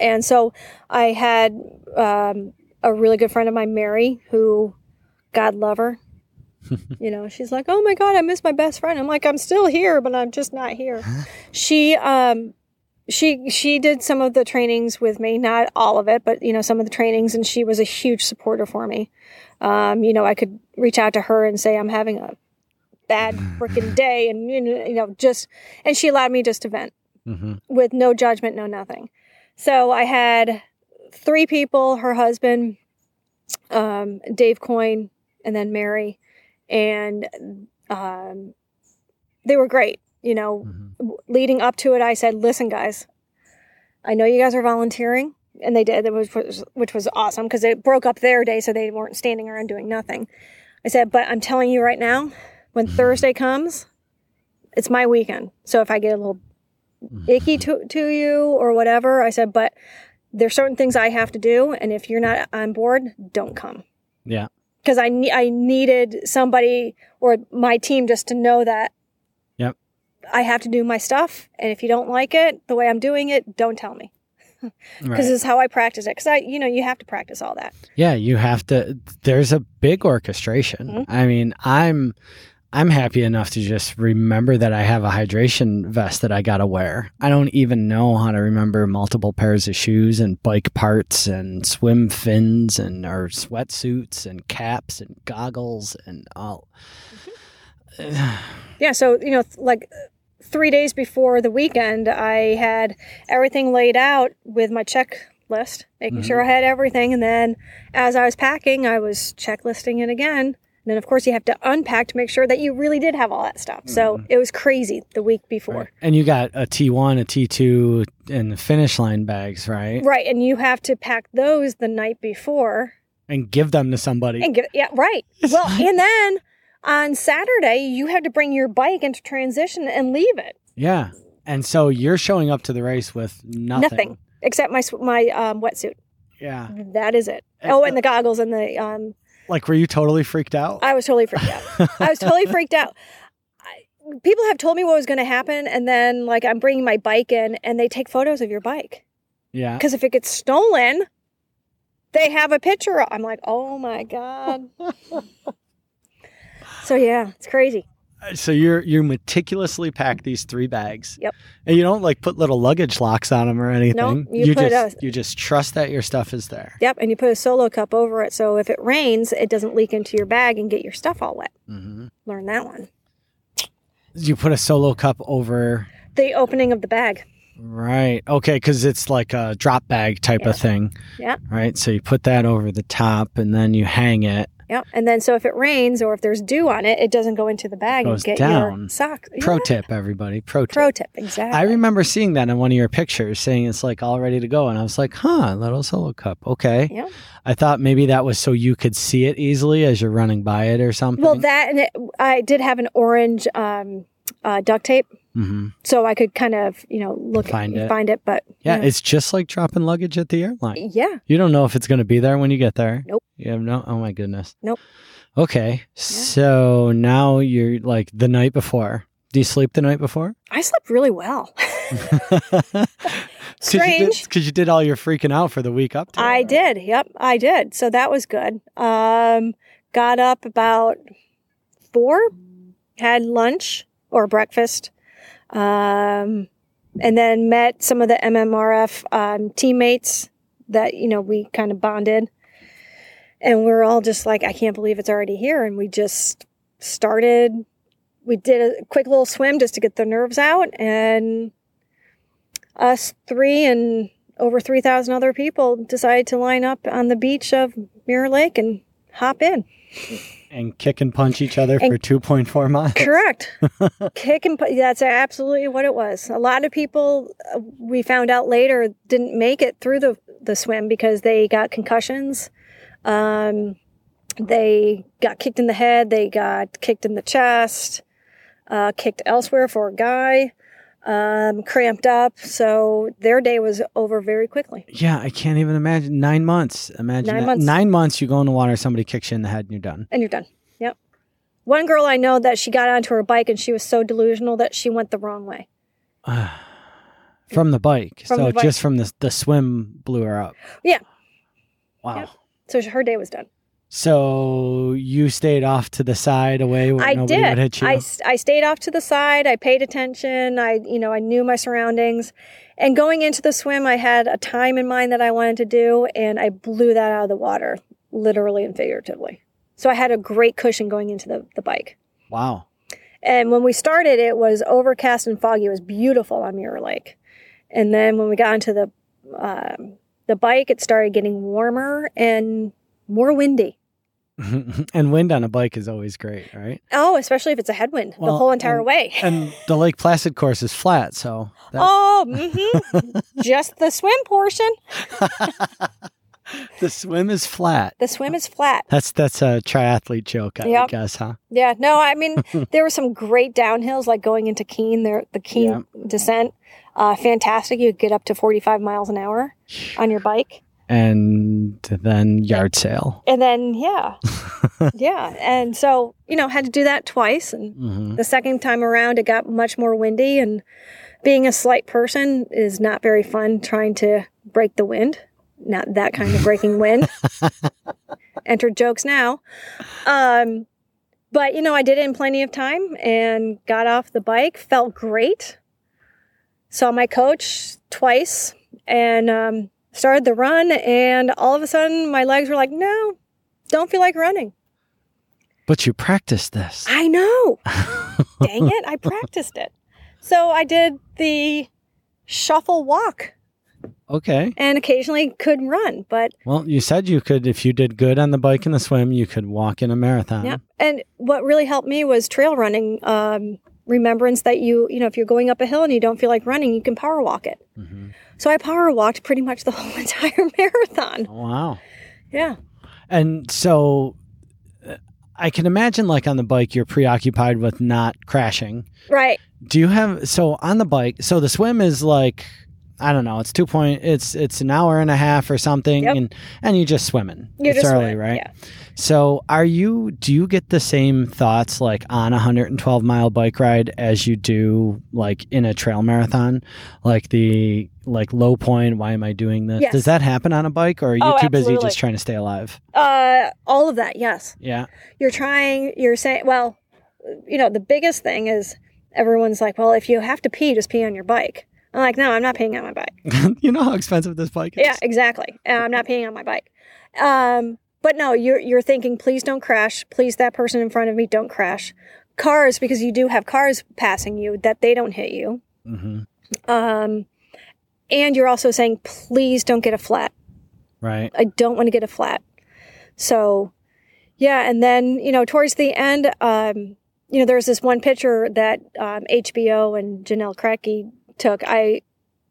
Speaker 2: And so I had um, a really good friend of mine, Mary, who, God love her. you know, she's like, "Oh my God, I miss my best friend." I'm like, "I'm still here, but I'm just not here." she um, she she did some of the trainings with me not all of it but you know some of the trainings and she was a huge supporter for me um, you know i could reach out to her and say i'm having a bad freaking day and you know you know, just and she allowed me just to vent
Speaker 3: Mm-hmm.
Speaker 2: with no judgment no nothing so i had three people her husband um, dave coyne and then mary and um, they were great you know leading up to it, I said, "Listen, guys, I know you guys are volunteering," and they did, which was which was awesome because it broke up their day, so they weren't standing around doing nothing. I said, "But I'm telling you right now, when Thursday comes, it's my weekend. So if I get a little icky to to you or whatever, I said, but." There's certain things I have to do, and if you're not on board, don't come
Speaker 3: Yeah.
Speaker 2: because I ne- I needed somebody or my team just to know that.
Speaker 3: Yep.
Speaker 2: I have to do my stuff, and if you don't like it the way I'm doing it, don't tell me. because it's how I practice it. Because I, you know, you have to practice all that.
Speaker 3: Yeah, you have to. There's a big orchestration.
Speaker 2: Mhm.
Speaker 3: I mean, I'm I'm happy enough to just remember that I have a hydration vest that I gotta wear. I don't even know how to remember multiple pairs of shoes and bike parts and swim fins and or sweatsuits and caps and goggles and all.
Speaker 2: Yeah. So you know, th- like three days before the weekend, I had everything laid out with my checklist, making sure I had everything. And then as I was packing, I was checklisting it again. And then of course you have to unpack to make sure that you really did have all that stuff. So it was crazy the week before.
Speaker 3: And you got a T one, a T two, and the finish line bags, right?
Speaker 2: Right. And you have to pack those the night before
Speaker 3: And give them to somebody.
Speaker 2: and get yeah, right. Well, and then on Saturday you have to bring your bike into transition and leave it.
Speaker 3: Yeah. And so you're showing up to the race with nothing.
Speaker 2: Nothing. Except my sw- my um, wetsuit.
Speaker 3: Yeah.
Speaker 2: That is it.
Speaker 3: Ah. And
Speaker 2: oh,
Speaker 3: the-
Speaker 2: and the goggles and the um
Speaker 3: Like, were you totally freaked out?
Speaker 2: I was totally freaked out. I was totally freaked out. I, people have told me what was going to happen and then like I'm bringing my bike in and they take photos of your bike
Speaker 3: yeah.
Speaker 2: cuz if it gets stolen they have a picture. of- I'm like, "Oh my god." so yeah, it's crazy.
Speaker 3: So you're you meticulously pack these three bags.
Speaker 2: Yep.
Speaker 3: And you don't like put little luggage locks on them or anything.
Speaker 2: you put
Speaker 3: just
Speaker 2: a-
Speaker 3: you just trust that your stuff is there.
Speaker 2: Yep, and you put a solo cup over it so if it rains, it doesn't leak into your bag and get your stuff all wet.
Speaker 3: hmm
Speaker 2: Learn that one.
Speaker 3: You put a solo cup over.
Speaker 2: The opening of the bag.
Speaker 3: Right. Okay. Because it's like a drop bag type
Speaker 2: Yeah.
Speaker 3: of thing.
Speaker 2: Yeah.
Speaker 3: Right. So you put that over the top and then you hang it.
Speaker 2: Yep. And then so if it rains or if there's dew on it, it doesn't go into the bag
Speaker 3: Goes
Speaker 2: and get
Speaker 3: down.
Speaker 2: your sock. Yeah,
Speaker 3: Pro tip, everybody. Pro tip.
Speaker 2: Pro tip. Exactly.
Speaker 3: I remember seeing that in one of your pictures, saying it's like all ready to go, and I was like, "Huh, little solo cup, okay."
Speaker 2: Yeah.
Speaker 3: I thought maybe that was so you could see it easily as you're running by it or something.
Speaker 2: Well, that and it, I did have an orange um, uh, duct tape,
Speaker 3: hmm
Speaker 2: so I could kind of you know look
Speaker 3: Find it.
Speaker 2: find it. But
Speaker 3: yeah,
Speaker 2: you know,
Speaker 3: it's just like dropping luggage at the airline.
Speaker 2: yeah,
Speaker 3: You don't know if it's going to be there when you get there.
Speaker 2: Nope.
Speaker 3: You have no. Oh my goodness.
Speaker 2: Nope.
Speaker 3: Okay, so now you're like the night before. Do you sleep the night before?
Speaker 2: I slept really well. Strange.
Speaker 3: because you, did all your freaking out for the week up. To it,
Speaker 2: I
Speaker 3: right?
Speaker 2: did. Yep, I did. So that was good. Um, got up about four, had lunch or breakfast, um, and then met some of the MMRF um, teammates that you know we kind of bonded, and we're all just like, I can't believe it's already here, and we just started. We did a quick little swim just to get the nerves out, and us three and over 3,000 other people decided to line up on the beach of Mirror Lake and hop in.
Speaker 3: And kick and punch each other
Speaker 2: And-
Speaker 3: for two point four miles.
Speaker 2: Correct. Kick and pu- that's absolutely what it was. A lot of people uh, we found out later didn't make it through the the swim because they got concussions. Um, they got kicked in the head. They got kicked in the chest. Uh, kicked elsewhere for a guy. Um, cramped up. So their day was over very quickly.
Speaker 3: Yeah, I can't even imagine. Nine months. Imagine
Speaker 2: Nine
Speaker 3: that.
Speaker 2: months.
Speaker 3: Nine months. You go in the water, somebody kicks you in the head, and you're done.
Speaker 2: and you're done. Yep. One girl I know that she got onto her bike and she was so delusional that she went the wrong way.
Speaker 3: From the bike.
Speaker 2: From
Speaker 3: so
Speaker 2: the bike.
Speaker 3: just from the the swim blew her up.
Speaker 2: Yeah.
Speaker 3: Wow.
Speaker 2: Yep. So her day was done.
Speaker 3: So you stayed off to the side, away where
Speaker 2: I
Speaker 3: nobody
Speaker 2: did.
Speaker 3: would hit you.
Speaker 2: I, s- I stayed off to the side. I paid attention. I, you know, I knew my surroundings. And going into the swim, I had a time in mind that I wanted to do and I blew that out of the water, literally and figuratively. So I had a great cushion going into the, the bike.
Speaker 3: wow.
Speaker 2: And when we started, it was overcast and foggy. It was beautiful on Mirror Lake. And then when we got onto the um, the bike, it started getting warmer and more windy.
Speaker 3: and wind on a bike is always great, right?
Speaker 2: Oh, especially if it's a headwind
Speaker 3: Well,
Speaker 2: the whole entire
Speaker 3: and-
Speaker 2: way.
Speaker 3: And the Lake Placid course is flat, so that,
Speaker 2: oh, hmm just the swim portion.
Speaker 3: the swim is flat.
Speaker 2: The swim is flat.
Speaker 3: That's that's a triathlete joke, I
Speaker 2: Yep.
Speaker 3: guess, huh?
Speaker 2: Yeah, no, I mean there were some great downhills like going into Keene. There, the Keene
Speaker 3: Yeah.
Speaker 2: descent, uh, fantastic. You could get up to forty five miles an hour on your bike.
Speaker 3: And then yard sale.
Speaker 2: And then, yeah. yeah. And so, you know, had to do that twice. And
Speaker 3: hmm
Speaker 2: the second time around, it got much more windy. And being a slight person is not very fun trying to break the wind, not that kind of breaking wind. Enter jokes now. Um, but you know, I did it in plenty of time and got off the bike, felt great. Saw my coach twice and um, started the run. And all of a sudden, my legs were like, no, don't feel like running.
Speaker 3: But you practiced this.
Speaker 2: I know. Dang it, I practiced it. So I did the shuffle walk
Speaker 3: okay.
Speaker 2: and occasionally could run, but
Speaker 3: Well, you said you could, if you did good on the bike and the swim, you could walk in a marathon.
Speaker 2: Yeah. And what really helped me was trail running. Um, remembrance that you, you know, if you're going up a hill and you don't feel like running, you can power walk it.
Speaker 3: Mhm.
Speaker 2: So I power walked pretty much the whole entire marathon.
Speaker 3: Oh, Wow.
Speaker 2: Yeah.
Speaker 3: And so uh, I can imagine, like on the bike, you're preoccupied with not crashing.
Speaker 2: Right.
Speaker 3: Do you have so on the bike? So the swim is like I don't know. It's two point. It's it's an hour and a half or something,
Speaker 2: Yep.
Speaker 3: and and you're just swimming.
Speaker 2: You're
Speaker 3: it's
Speaker 2: just
Speaker 3: early,
Speaker 2: running.
Speaker 3: right?
Speaker 2: Yeah.
Speaker 3: So are you? Do you get the same thoughts like on a 112 mile bike ride as you do like in a trail marathon, like the like low point? Why am I doing this?
Speaker 2: Yes.
Speaker 3: Does that happen on a bike, or are you
Speaker 2: Oh,
Speaker 3: too busy
Speaker 2: absolutely.
Speaker 3: just trying to stay alive?
Speaker 2: Uh, all of that. Yes.
Speaker 3: Yeah.
Speaker 2: You're trying, you're saying, well, you know, the biggest thing is everyone's like, well, if you have to pee, just pee on your bike. I'm like, no, I'm not peeing on my bike.
Speaker 3: you know how expensive this bike is.
Speaker 2: Yeah, exactly. Uh, I'm not peeing on my bike. Um, but no, you're you're thinking, please don't crash. Please, that person in front of me, don't crash. Cars, because you do have cars passing you, that they don't hit you.
Speaker 3: hmm
Speaker 2: Um, and you're also saying, please don't get a flat.
Speaker 3: Right.
Speaker 2: I don't want to get a flat. So, yeah. And then you know, towards the end, um, you know, there's this one picture that um, HBO and Janelle Cracky took. I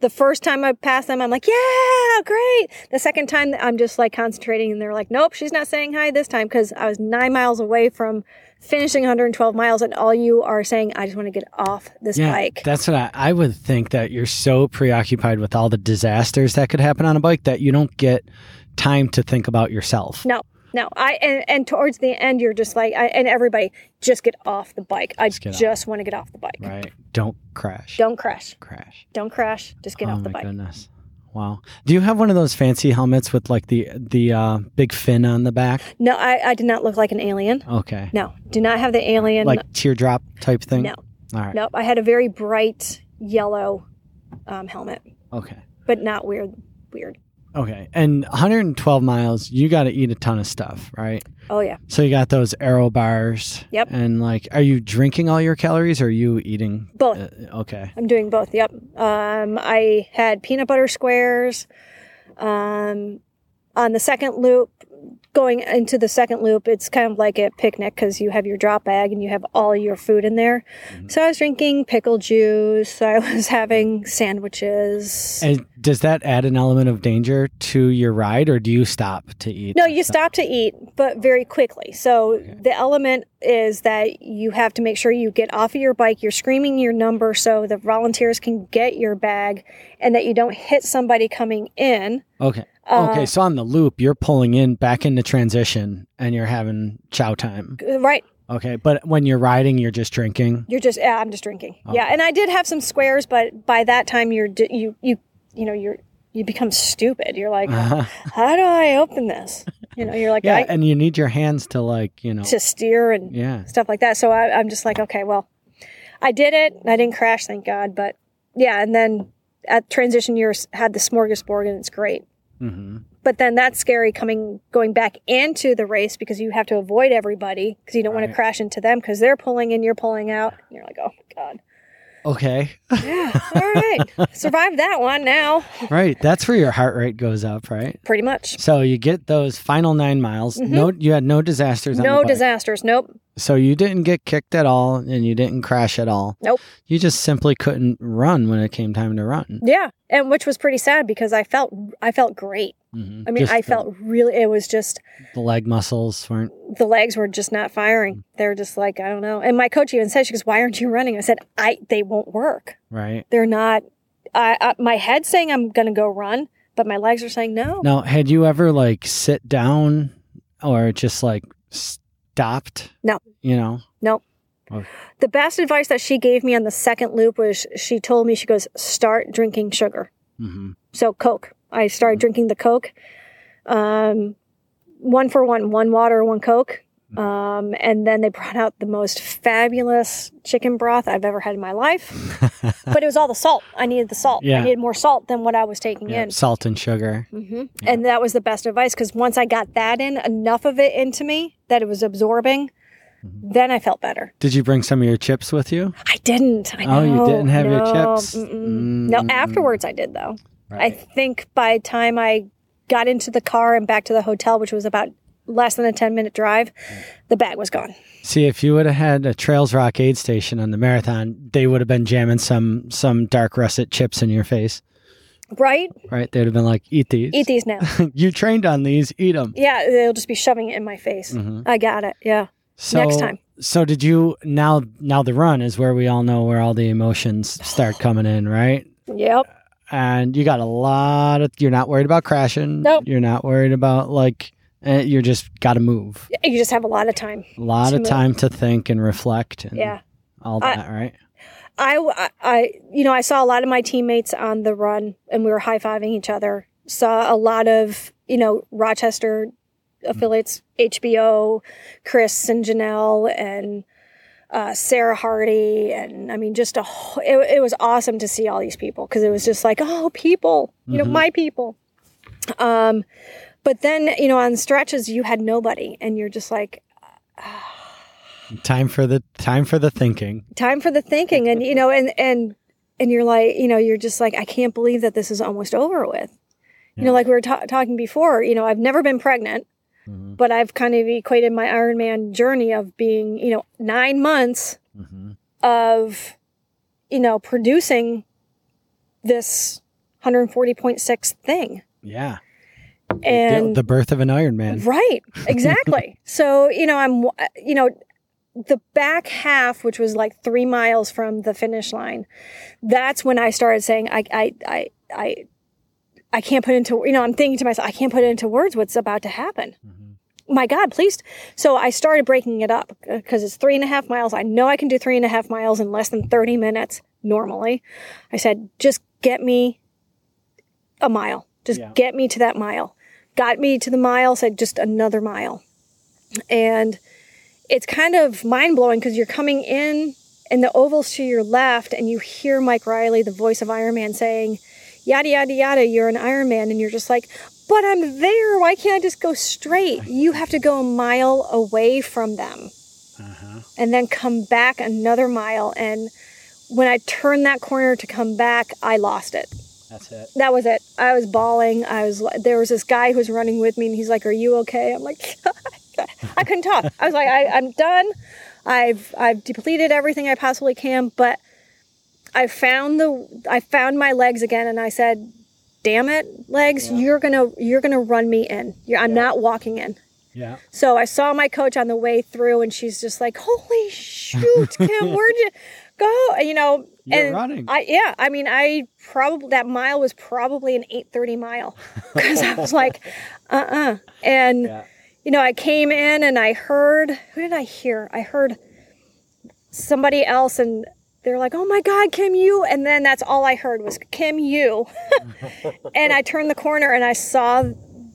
Speaker 2: the first time I passed them, I'm like, yeah, great. The second time, I'm just like concentrating, and they're like, nope, she's not saying hi this time because I was nine miles away from finishing 112 miles, and all you are saying, I just want to get off this
Speaker 3: yeah.
Speaker 2: bike.
Speaker 3: That's what I, I would think that you're so preoccupied with all the disasters that could happen on a bike that you don't get time to think about yourself.
Speaker 2: No, no. I and, and towards the end, you're just like, I, and everybody, just get off the bike. I
Speaker 3: Just get off.
Speaker 2: just want to get off the bike.
Speaker 3: Right. Don't crash.
Speaker 2: Don't crash.
Speaker 3: crash.
Speaker 2: Don't crash. Just get
Speaker 3: oh
Speaker 2: off the
Speaker 3: my
Speaker 2: bike.
Speaker 3: goodness. Wow. Do you have one of those fancy helmets with like the the uh, big fin on the back?
Speaker 2: No, I, I did not look like an alien.
Speaker 3: Okay.
Speaker 2: No, do not have the alien.
Speaker 3: Like teardrop type thing?
Speaker 2: No.
Speaker 3: All right.
Speaker 2: nope. I had a very bright yellow um, helmet,
Speaker 3: Okay.
Speaker 2: but not weird. Weird.
Speaker 3: Okay. And 112 miles, you got to eat a ton of stuff, right?
Speaker 2: Oh yeah.
Speaker 3: So you got those arrow bars.
Speaker 2: Yep.
Speaker 3: And like, are you drinking all your calories or are you eating?
Speaker 2: Both.
Speaker 3: Uh, okay.
Speaker 2: I'm doing both. Yep. Um, I had peanut butter squares. Um, on the second loop, going into the second loop, it's kind of like a picnic because you have your drop bag and you have all your food in there. So I was drinking pickle juice. I was having sandwiches.
Speaker 3: And does that add an element of danger to your ride or do you stop to eat?
Speaker 2: No, you stop to eat, but very quickly. So the element is that you have to make sure you get off of your bike. You're screaming your number so the volunteers can get your bag, and that you don't hit somebody coming in.
Speaker 3: Okay.
Speaker 2: Uh,
Speaker 3: okay. So on the loop, you're pulling in back into transition and you're having chow time.
Speaker 2: Right?
Speaker 3: Okay. But when you're riding, you're just drinking.
Speaker 2: You're just. Yeah, I'm just drinking. Yeah, and I did have some squares, but by that time you're d- you you you know you're you become stupid. You're like, how do I open this? You know, you're like,
Speaker 3: Uh. yeah.
Speaker 2: Uh-huh. I,
Speaker 3: and you need your hands to like, you know.
Speaker 2: to steer and
Speaker 3: yeah.
Speaker 2: stuff like that. So I, I'm just like, okay, well, I did it. I didn't crash, thank God. But yeah, and then at transition years had the smorgasbord, and it's great.
Speaker 3: hmm
Speaker 2: But then that's scary coming going back into the race because you have to avoid everybody because you don't want
Speaker 3: Right.
Speaker 2: to crash into them because they're pulling in, you're pulling out, and you're like, oh my god,
Speaker 3: Okay.
Speaker 2: yeah, all right, survive that one now,
Speaker 3: right. That's where your heart rate goes up, right?
Speaker 2: pretty much.
Speaker 3: So you get those final nine miles. No, you had no disasters. On
Speaker 2: Mm-hmm. No
Speaker 3: the bike.
Speaker 2: disasters. Nope.
Speaker 3: So you didn't get kicked at all, and you didn't crash at all.
Speaker 2: Nope.
Speaker 3: You just simply couldn't run when it came time to run.
Speaker 2: Yeah, and which was pretty sad because I felt I felt great.
Speaker 3: Mhm.
Speaker 2: I mean,
Speaker 3: Just
Speaker 2: I
Speaker 3: the-
Speaker 2: felt really. It was just
Speaker 3: the leg muscles weren't.
Speaker 2: the legs were just not firing. They're just like, I don't know. And my coach even said, she goes, why aren't you running? I said, I, they won't work.
Speaker 3: Right
Speaker 2: They're not, I, I, my head's saying I'm going to go run, but my legs are saying no.
Speaker 3: now, had you ever like sit down or just like stopped?
Speaker 2: No.
Speaker 3: You know.
Speaker 2: The best advice that she gave me on the second loop was she told me, she goes, start drinking sugar.
Speaker 3: hmm
Speaker 2: So Coke, I started drinking the Coke, um, one for one, one water, one Coke. Um, and then they brought out the most fabulous chicken broth I've ever had in my life. but it was all the salt. I needed the salt.
Speaker 3: Yeah.
Speaker 2: I needed more salt than what I was taking
Speaker 3: Yeah,
Speaker 2: in.
Speaker 3: salt and sugar.
Speaker 2: hmm And that was the best advice because once I got that in, enough of it into me that it was absorbing, then I felt better.
Speaker 3: Did you bring some of your chips with you?
Speaker 2: I didn't. I
Speaker 3: Oh, you
Speaker 2: know.
Speaker 3: didn't have your
Speaker 2: No.
Speaker 3: chips?
Speaker 2: Mm-mm. No,
Speaker 3: Mm.
Speaker 2: afterwards I did though. I think by the time I got into the car and back to the hotel, which was about less than a 10 minute drive,
Speaker 3: Mm.
Speaker 2: the bag was gone.
Speaker 3: See, if you would have had a Trails Rock aid station on the marathon, they would have been jamming some some dark russet chips in your face,
Speaker 2: Right?
Speaker 3: right? They'd have been like, "Eat these.
Speaker 2: Eat these now.
Speaker 3: you trained on these. Eat them."
Speaker 2: yeah, they'll just be shoving it in my face.
Speaker 3: Mm-hmm.
Speaker 2: I got it. Yeah.
Speaker 3: So,
Speaker 2: Next time.
Speaker 3: So did you now? Now the run is where we all know where all the emotions start coming in, right?
Speaker 2: Yep.
Speaker 3: And you got a lot of. You're not worried about crashing.
Speaker 2: Nope.
Speaker 3: You're not worried about like. eh, You're just got to move.
Speaker 2: You just have a lot of time.
Speaker 3: A lot
Speaker 2: To
Speaker 3: of
Speaker 2: move.
Speaker 3: time to think and reflect and
Speaker 2: Yeah.
Speaker 3: all
Speaker 2: I-
Speaker 3: that, right?
Speaker 2: I, I, you know, I saw a lot of my teammates on the run and we were high fiving each other. Saw a lot of, you know, Rochester affiliates, HBO, Chris and Janelle and uh, Sarah Hardy. And I mean, just a whole, it, it was awesome to see all these people because it was just like, oh, people, you know, my people. Um, but then, you know, on stretches, you had nobody and you're just like,
Speaker 3: Time for the time for the thinking.
Speaker 2: time for the thinking and you know and and and you're like you know you're just like i can't believe that this is almost over with you know like we were ta- talking before you know i've never been pregnant
Speaker 3: Mhm.
Speaker 2: but i've kind of equated my ironman journey of being you know nine months
Speaker 3: Mhm.
Speaker 2: of you know producing this 140.6 thing
Speaker 3: Yeah.
Speaker 2: and
Speaker 3: the birth of an Iron Man.
Speaker 2: Right. Exactly. so, you know, I'm, uh, you know, the back half, which was like three miles from the finish line, that's when I started saying, I, I, I, I, I can't put into, you know, I'm thinking to myself, I can't put into words what's about to happen.
Speaker 3: Mm-hmm.
Speaker 2: My God, please. So I started breaking it up because it's three and a half miles. I know I can do three and a half miles in less than 30 minutes normally. I said, just get me a mile. Just
Speaker 3: Yeah.
Speaker 2: get me to that mile. Got me to the mile, said just another mile. And it's kind of mind blowing because you're coming in and the oval's to your left and you hear Mike Riley, the voice of Iron Man, saying, yada, yada, yada, you're an Iron Man. And you're just like, but I'm there. Why can't I just go straight? You have to go a mile away from them
Speaker 3: Uh-huh.
Speaker 2: and then come back another mile. And when I turned that corner to come back, I lost it
Speaker 3: That's it.
Speaker 2: that was it. I was bawling. I was there was this guy who was running with me, and he's like, "Are you okay?" I'm like, I couldn't talk. I was like, I, "I'm done. I've I've depleted everything I possibly can." But I found the I found my legs again, and I said, "Damn it, legs! You're gonna you're gonna run me in. You're, I'm not walking in."
Speaker 3: Yeah.
Speaker 2: So I saw my coach on the way through, and she's just like, "Holy shoot, Kim, where'd you go?" You know,
Speaker 3: You're
Speaker 2: and
Speaker 3: running.
Speaker 2: I yeah, I mean, I probably that mile was probably an eight thirty mile because I was like, "Uh uh and
Speaker 3: Yeah.
Speaker 2: you know, I came in and I heard who did I hear? I heard somebody else, and they're like, "Oh my God, Kim, you!" And then that's all I heard was Kim, you. and I turned the corner and I saw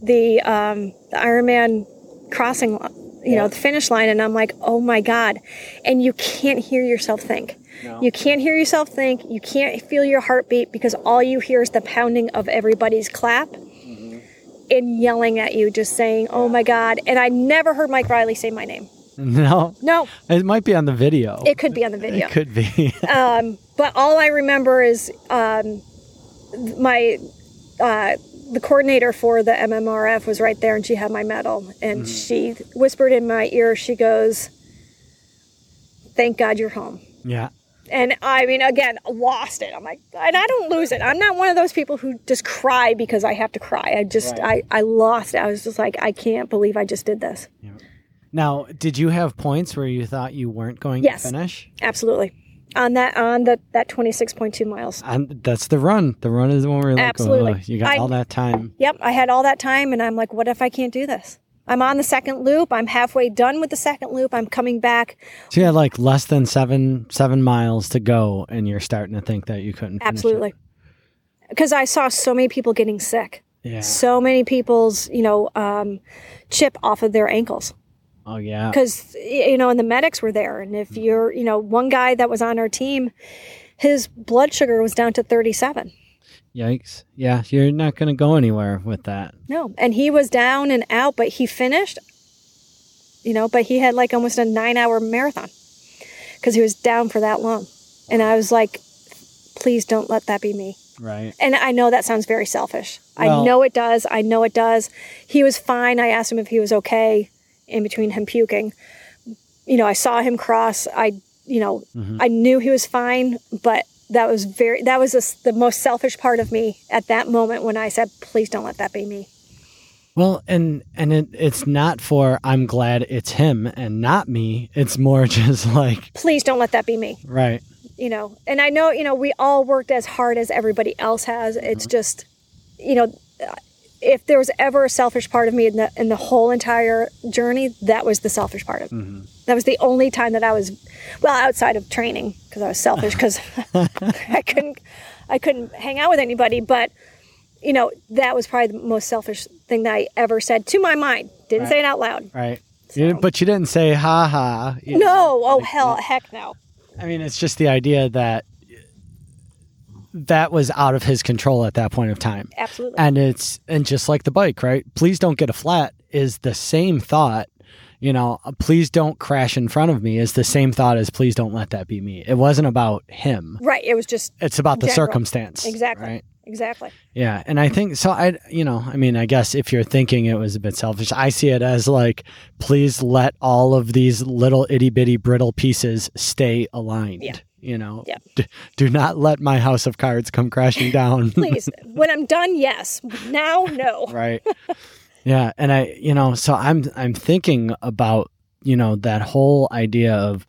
Speaker 2: the um, the Ironman crossing, lo- you know, the finish line, and I'm like, "Oh my God!" And you can't hear yourself think. You can't hear yourself think. You can't feel your heartbeat because all you hear is the pounding of everybody's clap and yelling at you, just saying, "Oh my God!" And I never heard Mike Riley say my name.
Speaker 3: No,
Speaker 2: No,
Speaker 3: it might be on the video.
Speaker 2: it could be on the video.
Speaker 3: It could be.
Speaker 2: but all I remember is um, th- my uh, the coordinator for the MMRF was right there, and she had my medal, and she whispered in my ear, she goes, "Thank God you're home."
Speaker 3: yeah.
Speaker 2: And I mean, again, lost it. I'm like, and I don't lose it. I'm not one of those people who just cry because I have to cry. I just, I, I lost it. I was just like, I can't believe I just did this.
Speaker 3: Now, did you have points where you thought you weren't going
Speaker 2: Yes.
Speaker 3: to finish?
Speaker 2: Absolutely. On that, on the, that 26.2 miles.
Speaker 3: And that's the run. The run is the one where you're like,
Speaker 2: Absolutely.
Speaker 3: oh, you got
Speaker 2: I-
Speaker 3: all that time.
Speaker 2: Yep, I had all that time, and I'm like, what if I can't do this? I'm on the second loop. I'm halfway done with the second loop. I'm coming back.
Speaker 3: So you had like less than seven seven miles to go, and you're starting to think that you couldn't. finish it.
Speaker 2: Absolutely. because I saw so many people getting sick.
Speaker 3: Yeah.
Speaker 2: So many people's, you know, um, chip off of their ankles
Speaker 3: Oh yeah. Mm-hmm.
Speaker 2: because you know, and the medics were there. And if you're, you know, one guy that was on our team, his blood sugar was down to 37.
Speaker 3: Yikes. Yeah, you're not going to go anywhere with that.
Speaker 2: No, and he was down and out, but he finished. You know, but he had like almost a nine-hour marathon because he was down for that long. And I was like, please don't let that be me.
Speaker 3: Right.
Speaker 2: And I know that sounds very selfish.
Speaker 3: Well-
Speaker 2: I know it does. I know it does. He was fine. I asked him if he was okay in between him puking. You know, I saw him cross. I, you know, I knew he was fine, but that was very, that was the- the most selfish part of me at that moment when I said, please don't let that be me.
Speaker 3: Well, and and it, it's not for I'm glad it's him and not me. It's more just like
Speaker 2: Please don't let that be me.
Speaker 3: right.
Speaker 2: You know, and I know, you know, we all worked as hard as everybody else has.
Speaker 3: Mm-hmm.
Speaker 2: It's just, you know, uh, if there was ever a selfish part of me in the in the whole entire journey, that was the selfish part of me.
Speaker 3: Mm-hmm.
Speaker 2: That was the only time that I was, well, outside of training, because I was selfish because I couldn't I couldn't hang out with anybody. But you know, that was probably the most selfish thing that I ever said to my mind. Didn't say it out loud.
Speaker 3: Right. You- but you didn't say ha ha. you know.
Speaker 2: No, oh
Speaker 3: Mm-hmm.
Speaker 2: hell, heck no.
Speaker 3: I mean, it's just the idea that that was out of his control at that point of time.
Speaker 2: Absolutely.
Speaker 3: And it's and just like the bike, right? Please don't get a flat is the same thought. You know, uh, please don't crash in front of me is the same thought as please don't let that be me. It wasn't about him.
Speaker 2: right. It was just
Speaker 3: It's about the
Speaker 2: General.
Speaker 3: circumstance.
Speaker 2: Exactly.
Speaker 3: Right?
Speaker 2: Exactly.
Speaker 3: Yeah. And I think so I you know, I mean, I guess if you're thinking it was a bit selfish, I see it as like, please let all of these little itty bitty brittle pieces stay aligned.
Speaker 2: Yeah.
Speaker 3: You know?
Speaker 2: Yeah.
Speaker 3: D- do not let my house of cards come crashing down.
Speaker 2: Please. when I'm done, yes. Now, no.
Speaker 3: right yeah and i you know so i'm i'm thinking about you know that whole idea of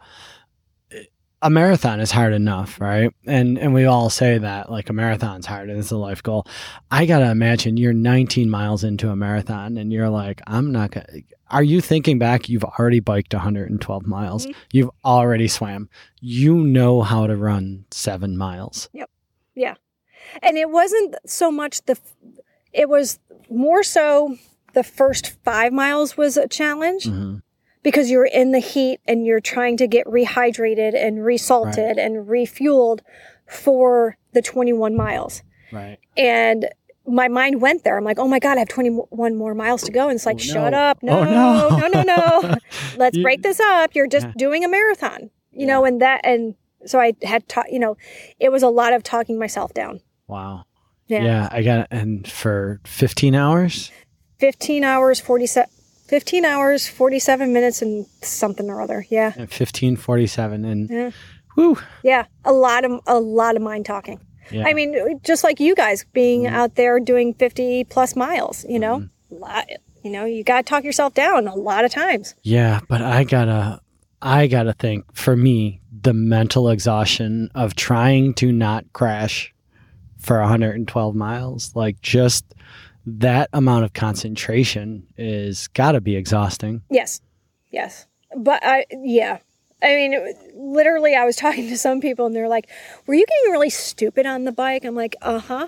Speaker 3: eh, a marathon is hard enough right and and we all say that like a marathon's hard and it's a life goal i gotta imagine you're 19 miles into a marathon and you're like i'm not gonna are you thinking back you've already biked 112 miles
Speaker 2: Mhm.
Speaker 3: you've already swam you know how to run seven miles
Speaker 2: And it wasn't so much the, it was more so the first five miles was a challenge
Speaker 3: Mhm.
Speaker 2: because you're in the heat and you're trying to get rehydrated and resalted and refueled for the 21 miles.
Speaker 3: right
Speaker 2: And my mind went there. I'm like, oh my God, I have 21 more miles to go. And it's like,
Speaker 3: Oh,
Speaker 2: shut
Speaker 3: no.
Speaker 2: up. No,
Speaker 3: Oh,
Speaker 2: no,
Speaker 3: no.
Speaker 2: no, no. Let's
Speaker 3: You-
Speaker 2: break this up. You're just
Speaker 3: Yeah.
Speaker 2: doing a marathon, you know, and that, and so I had, ta- you know, it was a lot of talking myself down.
Speaker 3: wow
Speaker 2: Yeah.
Speaker 3: Yeah, I got and for 15 hours.
Speaker 2: 15 hours, 47, 15 hours, 47 minutes and something or other. Yeah.
Speaker 3: At 1547 and
Speaker 2: Yeah.
Speaker 3: whew,
Speaker 2: Yeah. A lot of, a lot of mind talking.
Speaker 3: yeah.
Speaker 2: I mean, just like you guys being
Speaker 3: Mhm.
Speaker 2: out there doing 50 plus miles, you know, lot, you know, you got to talk yourself down a lot of times.
Speaker 3: yeah, but I gotta I gotta think for me the mental exhaustion of trying to not crash for 112 miles, like just that amount of concentration is gotta be exhausting.
Speaker 2: Yes. Yes. But I, yeah. I mean, it, literally, I was talking to some people and they're like, were you getting really stupid on the bike? I'm like, uh huh.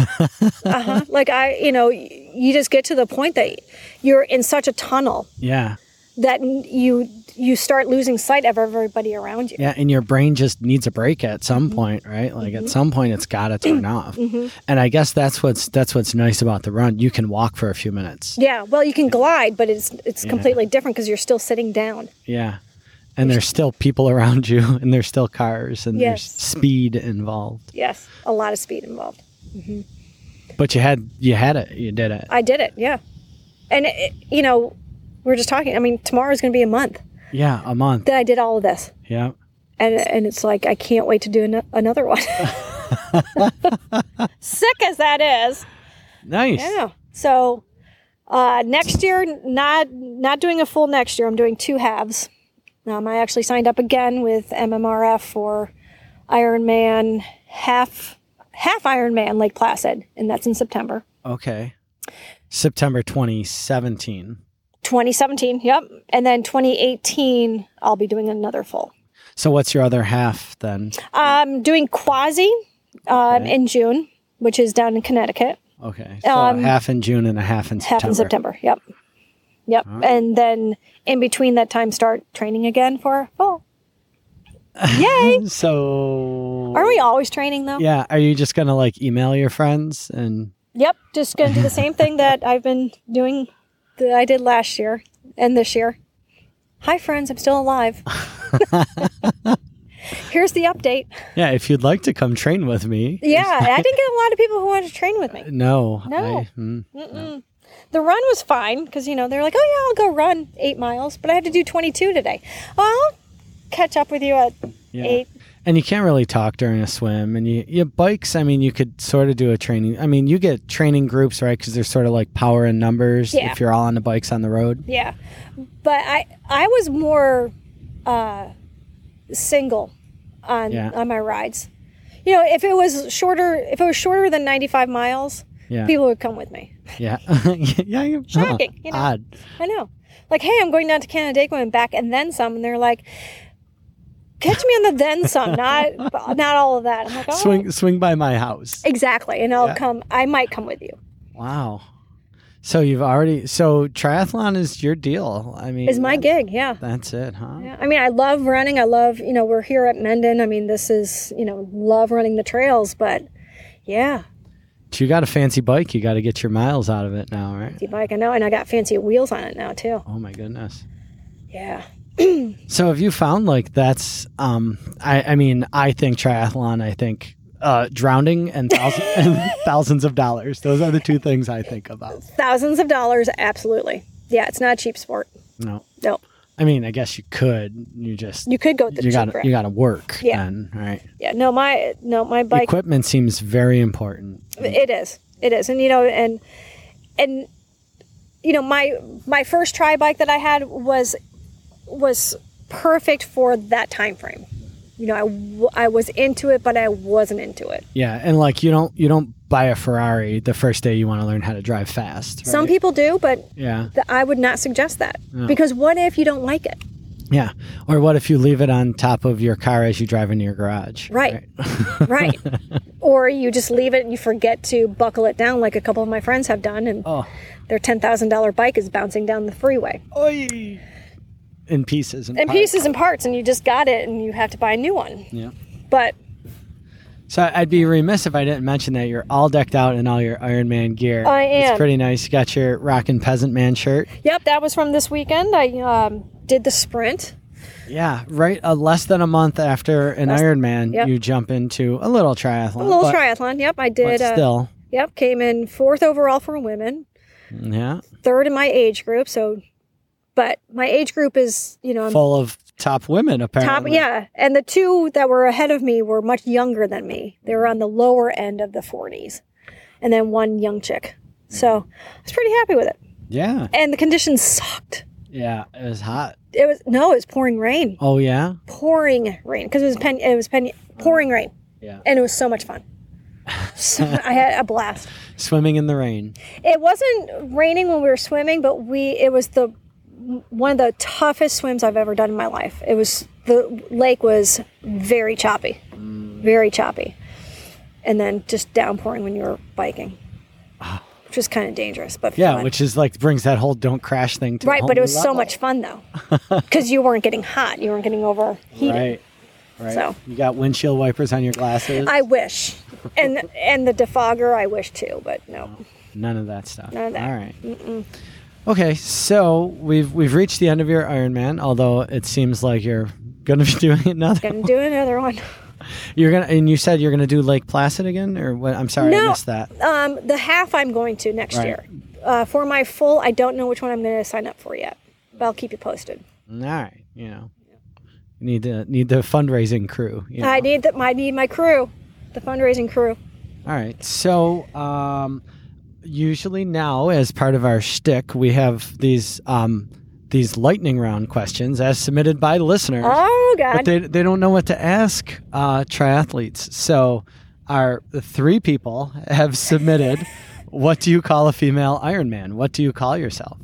Speaker 2: uh huh. Like, I, you know, y- you just get to the point that you're in such a tunnel
Speaker 3: Yeah.
Speaker 2: that n- you you start losing sight of everybody around you.
Speaker 3: Yeah, and your brain just needs a break at some point, right? Like at some point it's gotta turn off. And I guess that's what's that's what's nice about the run. You can walk for a few minutes.
Speaker 2: Yeah. Well, you can glide, but it's it's completely different because you're still sitting down.
Speaker 3: Yeah. And there's still people around you and there's still cars and there's
Speaker 2: Yes.
Speaker 3: speed involved.
Speaker 2: Yes. A lot of speed involved.
Speaker 3: But you had you had it. You did it.
Speaker 2: I did it. Yeah. And it, you know, we we're just talking. I mean, tomorrow's going to be a month
Speaker 3: Yeah, a month.
Speaker 2: that I did all of this.
Speaker 3: Yeah.
Speaker 2: and and it's like I can't wait to do an- another one. Sick as that is,
Speaker 3: Nice.
Speaker 2: yeah. So uh, next year, not not doing a full next year. I'm doing two halves. Um, I actually signed up again with MMRF for Ironman half half Ironman Lake Placid, and that's in September
Speaker 3: Okay. September 2017.
Speaker 2: 2017. Yep, and then 2018, I'll be doing another full.
Speaker 3: So what's your other half then?
Speaker 2: Um, doing Quasi um,
Speaker 3: Okay.
Speaker 2: in June, which is down in Connecticut.
Speaker 3: Okay. So
Speaker 2: Um,
Speaker 3: half in June and a half in September.
Speaker 2: Half in September. Yep. Yep. And then in between that time, start training again for fall. Yay!
Speaker 3: So
Speaker 2: Aren't we always training though?
Speaker 3: Yeah, are you just gonna like email your friends and
Speaker 2: Yep. Just going to do the same thing that I've been doing that I did last year and this year. Hi, friends. I'm still alive. Here's the update.
Speaker 3: yeah, if you'd like to come train with me?
Speaker 2: Yeah, I didn't get a lot of people who wanted to train with me.
Speaker 3: No,
Speaker 2: No.
Speaker 3: I, mm,
Speaker 2: The run was fine because, you know, they're like, oh, yeah, I'll go run eight miles, but I had to do 22 today. Well, I'll catch up with you at
Speaker 3: yeah.
Speaker 2: eight.
Speaker 3: And you can't really talk during a swim. And you, you bikes, I mean, you could sort of do a training. I mean, you get training groups, right? Because they're sort of like power and numbers
Speaker 2: Yeah.
Speaker 3: if you're all on the bikes on the road.
Speaker 2: Yeah. But I I was more uh, single on
Speaker 3: Yeah.
Speaker 2: on my rides. You know, if it was shorter if it was shorter than 95 miles,
Speaker 3: Yeah. Oh.
Speaker 2: people would come with me.
Speaker 3: Yeah. yeah. yeah.
Speaker 2: Shocking, you know.
Speaker 3: Odd.
Speaker 2: I know. Like, hey, I'm going down to Canandaigua and back and then some and they're like catch me on the then some, not not all of that. I'm like, "All right."
Speaker 3: Swing, swing by my house.
Speaker 2: Exactly. And I'll
Speaker 3: Yeah.
Speaker 2: come I might come with you.
Speaker 3: Wow. So you've already, so triathlon is your deal. I mean,
Speaker 2: Is my gig, yeah.
Speaker 3: That's it, huh?
Speaker 2: Yeah, I mean, I love running. I love, you know, we're here at Mendon. I mean, this is, you know, love running the trails, but yeah,
Speaker 3: But you got a fancy bike. You got to get your miles out of it now, right?
Speaker 2: fancy bike. I know, and I got fancy wheels on it now too.
Speaker 3: Oh my goodness.
Speaker 2: Yeah,
Speaker 3: So have you found like that's um I, I mean I think triathlon I think uh drowning and thousands and thousands of dollars those are the two things I think about.
Speaker 2: thousands of dollars, absolutely. Yeah, it's not a cheap sport.
Speaker 3: No.
Speaker 2: No,
Speaker 3: I mean I guess you could you just
Speaker 2: you could go with the
Speaker 3: you
Speaker 2: cheap
Speaker 3: got
Speaker 2: route.
Speaker 3: you got to work
Speaker 2: Yeah.
Speaker 3: then, right?
Speaker 2: yeah, no, my no, my bike.
Speaker 3: Equipment seems very important.
Speaker 2: It is, it is, and you know, and and you know, my my first tri bike that I had was was perfect for that time frame. You know, I, w- I was into it, but I wasn't into it.
Speaker 3: Yeah, and like you don't you don't buy a Ferrari the first day you want to learn how to drive fast. Right?
Speaker 2: Some people do, but
Speaker 3: Yeah.
Speaker 2: th- I would not suggest that because what if you don't like it?
Speaker 3: Yeah. Or what if you leave it on top of your car as you drive into your garage?
Speaker 2: Right, right. or you just leave it and you forget to buckle it down, like a couple of my friends have done, and
Speaker 3: Oh.
Speaker 2: their ten thousand dollar bike is bouncing down the freeway
Speaker 3: Oy. In pieces and
Speaker 2: in
Speaker 3: parts.
Speaker 2: pieces and parts, and you just got it, and you have to buy a new one.
Speaker 3: Yeah.
Speaker 2: But
Speaker 3: So I'd be remiss if I didn't mention that you're all decked out in all your Iron Man gear.
Speaker 2: I
Speaker 3: It's
Speaker 2: am.
Speaker 3: pretty nice. You got your rockin' peasant man shirt.
Speaker 2: yep, that was from this weekend. I um, did the sprint.
Speaker 3: Yeah, right. Uh, less than a month after an Iron Man,
Speaker 2: yep.
Speaker 3: you jump into a little triathlon.
Speaker 2: A little
Speaker 3: but,
Speaker 2: triathlon. Yep, I
Speaker 3: but
Speaker 2: did. Uh,
Speaker 3: still,
Speaker 2: yep, came in fourth overall for women,
Speaker 3: yeah,
Speaker 2: third in my age group. So, but my age group is you know I'm
Speaker 3: full of top women
Speaker 2: Um, top
Speaker 3: apparently.
Speaker 2: yeah and the two that were ahead of me were much younger than me they were on the lower end of the 40s and then one young chick so i was pretty happy with it
Speaker 3: yeah,
Speaker 2: and the conditions sucked
Speaker 3: yeah. It was hot.
Speaker 2: it was no it was pouring rain
Speaker 3: Oh yeah,
Speaker 2: pouring rain because it was pen it was pen pouring rain
Speaker 3: yeah.
Speaker 2: and it was so much fun so i had a blast
Speaker 3: Swimming in the rain.
Speaker 2: it wasn't raining when we were swimming but we it was the one of the toughest swims i've ever done in my life it was the lake was very choppy
Speaker 3: Mm.
Speaker 2: very choppy and then just downpouring when you were biking which was kind of dangerous but
Speaker 3: Ah. Yeah,
Speaker 2: fun.
Speaker 3: which is like brings that whole don't crash thing to a
Speaker 2: right
Speaker 3: whole
Speaker 2: but it
Speaker 3: new
Speaker 2: was so
Speaker 3: level.
Speaker 2: much fun though because you weren't getting hot you weren't getting overheated
Speaker 3: Right, right.
Speaker 2: So.
Speaker 3: you got windshield wipers on your glasses.
Speaker 2: i wish and and the defogger i wish too but no
Speaker 3: None of that stuff.
Speaker 2: None of that.
Speaker 3: All right. Okay, so we've we've reached the end of your Ironman, although it seems like you're going to be doing another.
Speaker 2: gonna do another one
Speaker 3: You're gonna and you said you're going to do Lake Placid again, or what? I'm sorry, I
Speaker 2: No.
Speaker 3: missed that.
Speaker 2: Um, the half I'm going to next
Speaker 3: Right.
Speaker 2: year. Uh, for my full, I don't know which one I'm going to sign up for yet, but I'll keep you posted.
Speaker 3: All right, you know, need the need the fundraising crew. You know?
Speaker 2: I need that. I need my crew, the fundraising crew.
Speaker 3: All right. So, um, usually now, as part of our shtick, we have these um, these lightning round questions as submitted by listeners.
Speaker 2: Oh
Speaker 3: but
Speaker 2: God!
Speaker 3: they, they don't know what to ask uh, triathletes. So, our the three people have submitted. what do you call a female Ironman? What do you call yourself?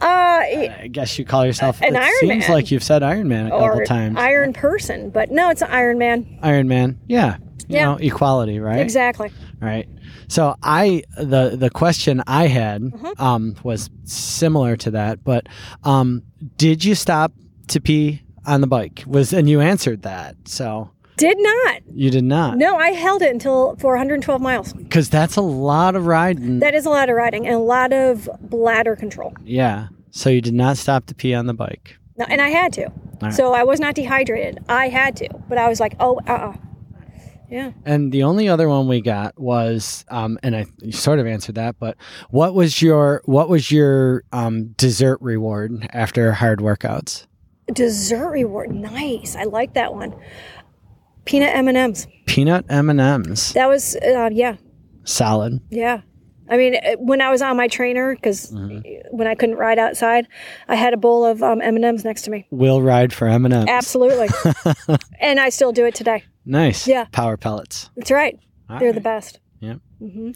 Speaker 2: uh,
Speaker 3: I guess you call yourself
Speaker 2: An
Speaker 3: it
Speaker 2: Iron
Speaker 3: Seems
Speaker 2: Man.
Speaker 3: like you've said Ironman a couple
Speaker 2: or
Speaker 3: times.
Speaker 2: Iron Person, but no, it's an Iron Man.
Speaker 3: Ironman, yeah. You
Speaker 2: Yeah.
Speaker 3: know, equality, right?
Speaker 2: Exactly.
Speaker 3: right. So I the the question I had
Speaker 2: Mhm.
Speaker 3: um, was similar to that, but um, did you stop to pee on the bike? Was and you answered that, so
Speaker 2: Did not.
Speaker 3: you did not
Speaker 2: No, I held it until 412 miles.
Speaker 3: because that's a lot of riding.
Speaker 2: That is a lot of riding and a lot of bladder control.
Speaker 3: yeah. So you did not stop to pee on the bike.
Speaker 2: No, and I had to.
Speaker 3: right.
Speaker 2: So I was not dehydrated. I had to, but I was like, oh, uh, uh yeah.
Speaker 3: And the only other one we got was, um, and I you sort of answered that, but what was your what was your um, dessert reward after hard workouts?
Speaker 2: Dessert reward, nice. I like that one. Peanut M and M's.
Speaker 3: Peanut M and M's,
Speaker 2: That was, uh, yeah,
Speaker 3: salad.
Speaker 2: yeah. I mean, it- when I was on my trainer, because
Speaker 3: Mm-hmm.
Speaker 2: when I couldn't ride outside, I had a bowl of um, M and M's next to me.
Speaker 3: Will ride for M and M's.
Speaker 2: Absolutely, and I still do it today.
Speaker 3: Nice.
Speaker 2: Yeah.
Speaker 3: Power pellets.
Speaker 2: That's right.
Speaker 3: All
Speaker 2: They're the
Speaker 3: right.
Speaker 2: best.
Speaker 3: Yeah.
Speaker 2: hmm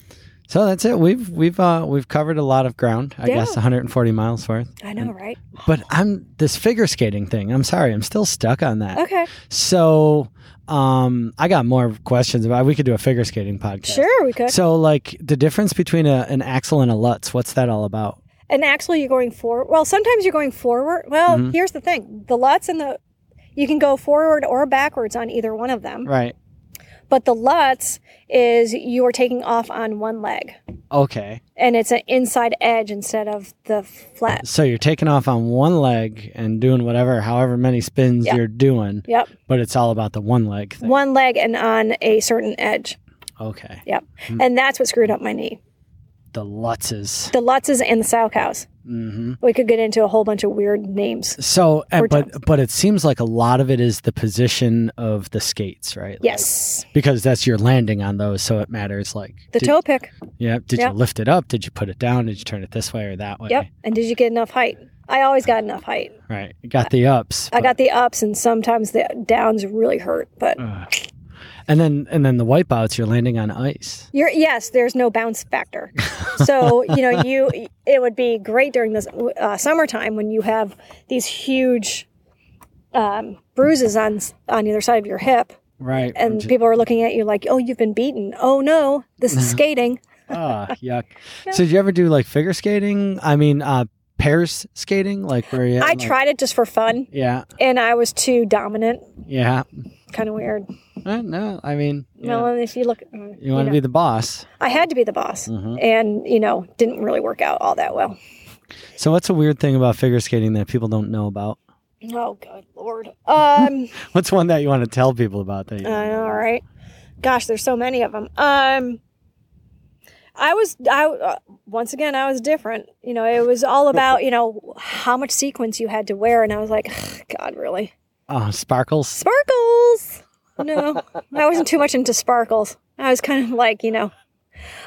Speaker 3: So that's it. We've we've uh, we've covered a lot of ground. I
Speaker 2: Yeah.
Speaker 3: guess 140 miles worth.
Speaker 2: I know, right?
Speaker 3: But I'm this figure skating thing. I'm sorry. I'm still stuck on that.
Speaker 2: Okay,
Speaker 3: So um, I got more questions about. We could do a figure skating podcast.
Speaker 2: sure, we could.
Speaker 3: So, like the difference between a, an axle and a Lutz, what's that all about?
Speaker 2: and actually you're going forward well sometimes you're going forward well
Speaker 3: Mhm.
Speaker 2: here's the thing the lutz and the you can go forward or backwards on either one of them
Speaker 3: Right.
Speaker 2: but the lutz is you are taking off on one leg
Speaker 3: Okay.
Speaker 2: and it's an inside edge instead of the flat
Speaker 3: So you're taking off on one leg and doing whatever, however many spins
Speaker 2: Yeah.
Speaker 3: you're doing,
Speaker 2: yep
Speaker 3: but it's all about the one leg thing.
Speaker 2: one leg and on a certain edge
Speaker 3: Okay.
Speaker 2: yep and that's what screwed up my knee
Speaker 3: The Lutzes.
Speaker 2: the lutzes and the sow cows
Speaker 3: hmm
Speaker 2: we could get into a whole bunch of weird names
Speaker 3: So, and-
Speaker 2: Four
Speaker 3: but but it seems like a lot of it is the position of the skates, right?
Speaker 2: yes
Speaker 3: Like, because that's your landing on those, so it matters. Like
Speaker 2: the
Speaker 3: did,
Speaker 2: toe pick
Speaker 3: Yeah. Did
Speaker 2: yeah.
Speaker 3: you lift it up? Did you put it down? Did you turn it this way or that way?
Speaker 2: yep and did you get enough height i always got enough height
Speaker 3: Right. You Got the ups.
Speaker 2: I
Speaker 3: but-
Speaker 2: got the ups and sometimes the downs really hurt, but
Speaker 3: uh, And then and then the wipeouts, you're landing on ice.
Speaker 2: you're yes, there's no bounce factor. So you know you it would be great during this uh, summertime when you have these huge um, bruises on on either side of your hip,
Speaker 3: Right.
Speaker 2: and people are looking at you like, oh, you've been beaten. Oh no, this is skating.
Speaker 3: Ah, yuck. So did you ever do like figure skating? I mean, uh pairs skating, like where you
Speaker 2: I
Speaker 3: like-
Speaker 2: tried it just for fun,
Speaker 3: Yeah,
Speaker 2: and I was too dominant.
Speaker 3: yeah.
Speaker 2: Kind of weird.
Speaker 3: Uh, no, I mean, yeah.
Speaker 2: Well, and if you look, uh, you,
Speaker 3: you want to be the boss.
Speaker 2: I had to be the boss,
Speaker 3: Mhm.
Speaker 2: and you know, didn't really work out all that well.
Speaker 3: So what's a weird thing about figure skating that people don't know about?
Speaker 2: Oh, good lord. Um,
Speaker 3: What's one that you want to tell people about that? You
Speaker 2: I know, all right. Gosh, there's so many of them. Um, I was, I uh, once again, I was different. You know, it was all about you know how much sequence you had to wear, and I was like, God, really?
Speaker 3: Oh, sparkles.
Speaker 2: Sparkles? No, I wasn't too much into sparkles. I was kind of like, you know,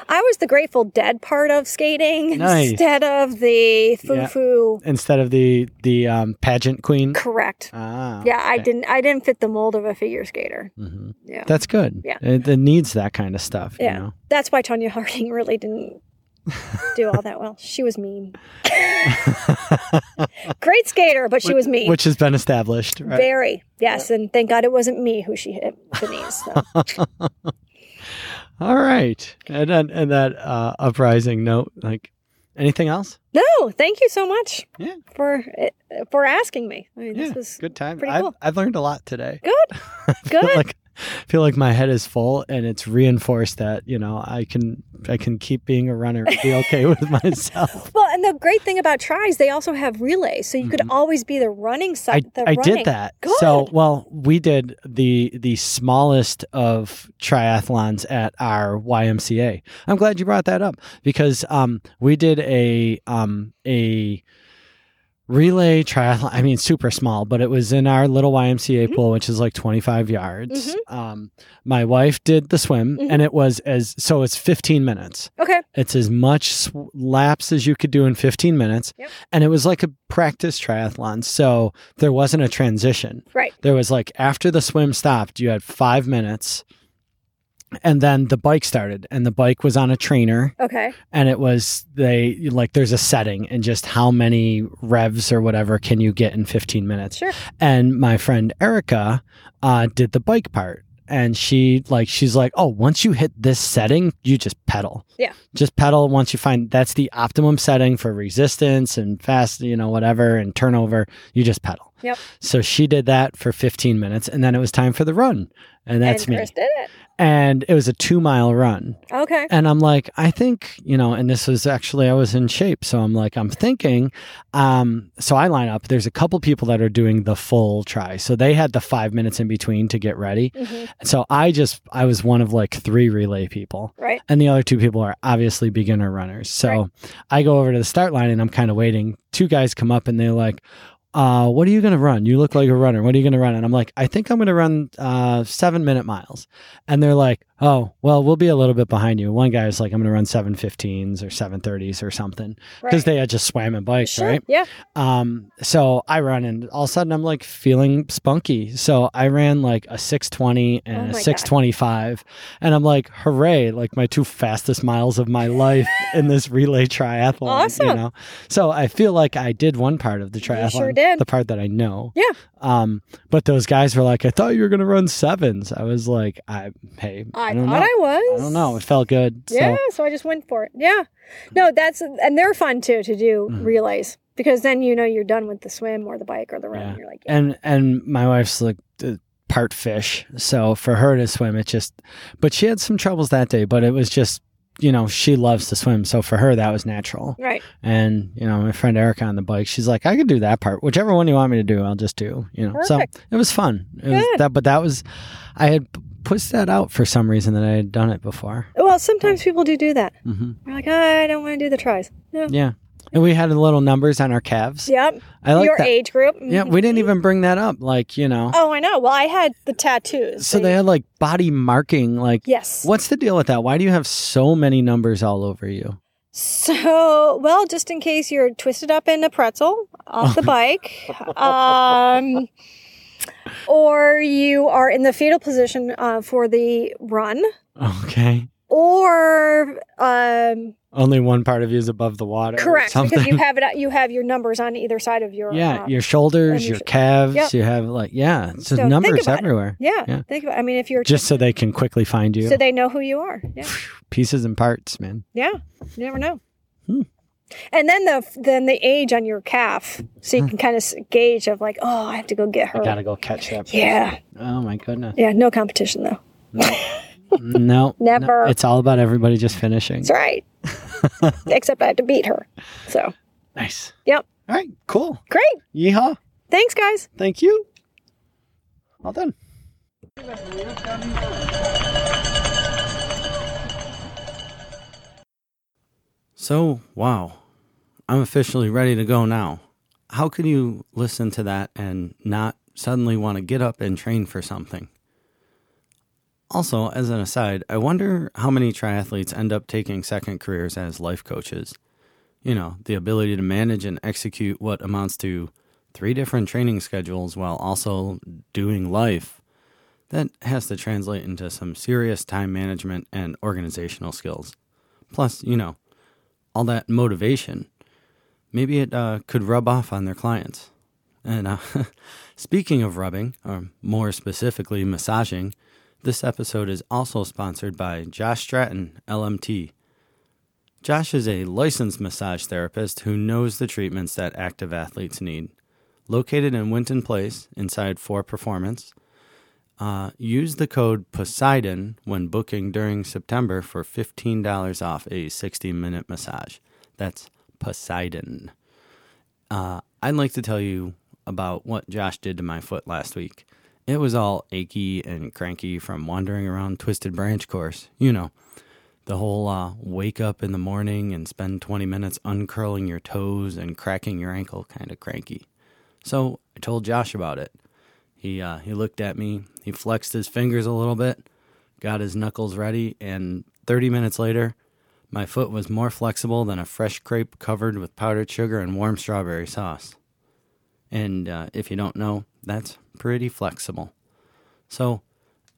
Speaker 2: I was the Grateful Dead part of skating
Speaker 3: Nice.
Speaker 2: instead of the foo foo.
Speaker 3: Instead of the the um, pageant queen.
Speaker 2: Correct.
Speaker 3: Ah.
Speaker 2: Yeah, I didn't. I didn't fit the mold of a figure skater.
Speaker 3: Mhm.
Speaker 2: Yeah.
Speaker 3: That's good.
Speaker 2: Yeah.
Speaker 3: It, it needs that kind of stuff.
Speaker 2: Yeah.
Speaker 3: You know?
Speaker 2: That's why Tonya Harding really didn't do all that well. She was mean. Great skater, but she was mean.
Speaker 3: Which has been established. Right?
Speaker 2: Very. Yes, and thank God it wasn't me who she hit the knees. So.
Speaker 3: All right, and and, and that uh, uprising note, like anything else?
Speaker 2: no, thank you so much
Speaker 3: Yeah.
Speaker 2: for eh, for asking me. I mean,
Speaker 3: yeah,
Speaker 2: this was
Speaker 3: good time.
Speaker 2: pretty
Speaker 3: I've,
Speaker 2: cool.
Speaker 3: I've learned a lot today.
Speaker 2: good.
Speaker 3: I feel
Speaker 2: Good.
Speaker 3: like I feel like my head is full, and it's reinforced that you know I can I can keep being a runner, and be okay with myself.
Speaker 2: Well, and the great thing about tries, they also have relays, so you could always be the running
Speaker 3: Mm-hmm. I,
Speaker 2: side. the
Speaker 3: I
Speaker 2: running.
Speaker 3: did that.
Speaker 2: Good.
Speaker 3: So well, we did the the smallest of triathlons at our YMCA. I'm glad you brought that up because um we did a um a relay triathlon. I mean, super small, but it was in our little YMCA
Speaker 2: Mm-hmm.
Speaker 3: pool, which is like 25 yards. Um, my wife did the swim,
Speaker 2: Mhm.
Speaker 3: and it was as so it's 15 minutes.
Speaker 2: Okay.
Speaker 3: It's as much sw- laps as you could do in 15 minutes.
Speaker 2: Yep.
Speaker 3: And it was like a practice triathlon. So there wasn't a transition.
Speaker 2: Right.
Speaker 3: There was like after the swim stopped, you had five minutes. And then the bike started, and the bike was on a trainer.
Speaker 2: Okay.
Speaker 3: And it was they like there's a setting and just how many revs or whatever can you get in 15 minutes.
Speaker 2: Sure.
Speaker 3: And my friend Erica uh, did the bike part. and she like she's like, "Oh, once you hit this setting, you just pedal."
Speaker 2: Yeah.
Speaker 3: Just pedal once you find that's the optimum setting for resistance and fast, you know, whatever and turnover, you just pedal.
Speaker 2: Yep.
Speaker 3: So she did that for 15 minutes and then it was time for the run. And that's
Speaker 2: and
Speaker 3: me.
Speaker 2: Chris did it.
Speaker 3: And it was a 2-mile run.
Speaker 2: Okay.
Speaker 3: And I'm like, I think, you know, and this was actually, I was in shape. So I'm like, I'm thinking, um, so I line up. There's a couple people that are doing the full try. So they had the five minutes in between to get ready.
Speaker 2: Mhm.
Speaker 3: So I just, I was one of like three relay people.
Speaker 2: Right.
Speaker 3: And the other two people are obviously beginner runners. So
Speaker 2: Right.
Speaker 3: I go over to the start line and I'm kind of waiting. Two guys come up and they're like, uh, what are you going to run? You look like a runner. What are you going to run? And I'm like, I think I'm going to run uh, seven minute miles. And they're like, oh, well, we'll be a little bit behind you. One guy's like, I'm going to run 715s or 730s or something
Speaker 2: Right.
Speaker 3: because they had just swam in bikes,
Speaker 2: Sure.
Speaker 3: right?
Speaker 2: Yeah.
Speaker 3: Um, so I run and all of a sudden I'm like feeling spunky. So I ran like a 620
Speaker 2: Oh
Speaker 3: and
Speaker 2: my God.
Speaker 3: a 625 and I'm like, hooray, like my two fastest miles of my life in this relay triathlon, you
Speaker 2: Awesome.
Speaker 3: know? So I feel like I did one part of the triathlon,
Speaker 2: sure did.
Speaker 3: the part that I know.
Speaker 2: Yeah.
Speaker 3: Um, but those guys were like, I thought you were going to run sevens. I was like, I, Hey,
Speaker 2: I,
Speaker 3: I,
Speaker 2: thought
Speaker 3: don't know.
Speaker 2: I was.
Speaker 3: I don't know. It felt good.
Speaker 2: Yeah,
Speaker 3: So
Speaker 2: so I just went for it. Yeah. No, that's and they're fun too to do
Speaker 3: Mhm.
Speaker 2: relays because then you know you're done with the swim or the bike or the run.
Speaker 3: Yeah.
Speaker 2: You're like, yeah.
Speaker 3: and and my wife's like uh, part fish so for her to swim it just but she had some troubles that day but it was just you know she loves to swim so for her that was natural
Speaker 2: right.
Speaker 3: and you know my friend erica on the bike she's like i could do that part whichever one you want me to do i'll just do you know so
Speaker 2: Perfect.
Speaker 3: it was fun it was
Speaker 2: Good.
Speaker 3: that but that was i had p- pushed that out for some reason that i had done it before
Speaker 2: Well, sometimes people do do that.
Speaker 3: hmm
Speaker 2: They're like, I don't want to do the tries. No.
Speaker 3: yeah and we had little numbers on our calves
Speaker 2: Yep.
Speaker 3: i like
Speaker 2: Your
Speaker 3: that
Speaker 2: age group. Mm-hmm.
Speaker 3: yeah we didn't even bring that up like you know
Speaker 2: Oh, I know. Well, I had the tattoos.
Speaker 3: so they had like body marking like
Speaker 2: Yes.
Speaker 3: What's the deal with that? Why do you have so many numbers all over you?
Speaker 2: So, well, just in case you're twisted up in a pretzel off the bike, um, or you are in the fetal position uh, for the run,
Speaker 3: Okay.
Speaker 2: or um,
Speaker 3: Only one part of you is above the water. or
Speaker 2: correct because you
Speaker 3: something.
Speaker 2: have it. You have your numbers on either side of your.
Speaker 3: yeah,
Speaker 2: uh,
Speaker 3: your shoulders,
Speaker 2: your
Speaker 3: your
Speaker 2: shou-
Speaker 3: calves,
Speaker 2: Yep.
Speaker 3: you have like, yeah, it's just
Speaker 2: So think
Speaker 3: numbers
Speaker 2: about it.
Speaker 3: everywhere.
Speaker 2: yeah,
Speaker 3: yeah.
Speaker 2: Think about. I mean, if you're
Speaker 3: Just so they can quickly find you.
Speaker 2: so they know who you are. Yeah.
Speaker 3: Pieces and parts, man.
Speaker 2: Yeah, you never know.
Speaker 3: Hmm.
Speaker 2: And then the then the age on your calf, so you can kind of gauge of like, oh, I have to go get her.
Speaker 3: I gotta go catch that.
Speaker 2: yeah,
Speaker 3: Oh my goodness.
Speaker 2: yeah, no competition though.
Speaker 3: No, no.
Speaker 2: Never.
Speaker 3: It's all about everybody just finishing.
Speaker 2: That's right. Except I have to beat her. So
Speaker 3: Nice.
Speaker 2: Yep.
Speaker 3: All right, cool.
Speaker 2: great.
Speaker 3: Yeehaw.
Speaker 2: Thanks, guys.
Speaker 3: Thank you. All done.
Speaker 1: So, wow, I'm officially ready to go now. How could you listen to that and not suddenly want to get up and train for something? Also, as an aside, I wonder how many triathletes end up taking second careers as life coaches. You know, the ability to manage and execute what amounts to three different training schedules while also doing life. That has to translate into some serious time management and organizational skills. Plus, you know, all that motivation. Maybe it uh, could rub off on their clients. And uh, speaking of rubbing, or more specifically, massaging, this episode is also sponsored by Josh Stratton, LMT. Josh is a licensed massage therapist who knows the treatments that active athletes need. Located in Winton Place, inside For Performance, uh, use the code Poseidon when booking during September for $15 off a 60 minute massage. That's Poseidon. Uh, I'd like to tell you about what Josh did to my foot last week. It was all achy and cranky from wandering around Twisted Branch course. You know, the whole uh, wake up in the morning and spend 20 minutes uncurling your toes and cracking your ankle kind of cranky. So I told Josh about it. He uh, he looked at me. He flexed his fingers a little bit, got his knuckles ready, and 30 minutes later, my foot was more flexible than a fresh crepe covered with powdered sugar and warm strawberry sauce. And uh, if you don't know, that's pretty flexible. So,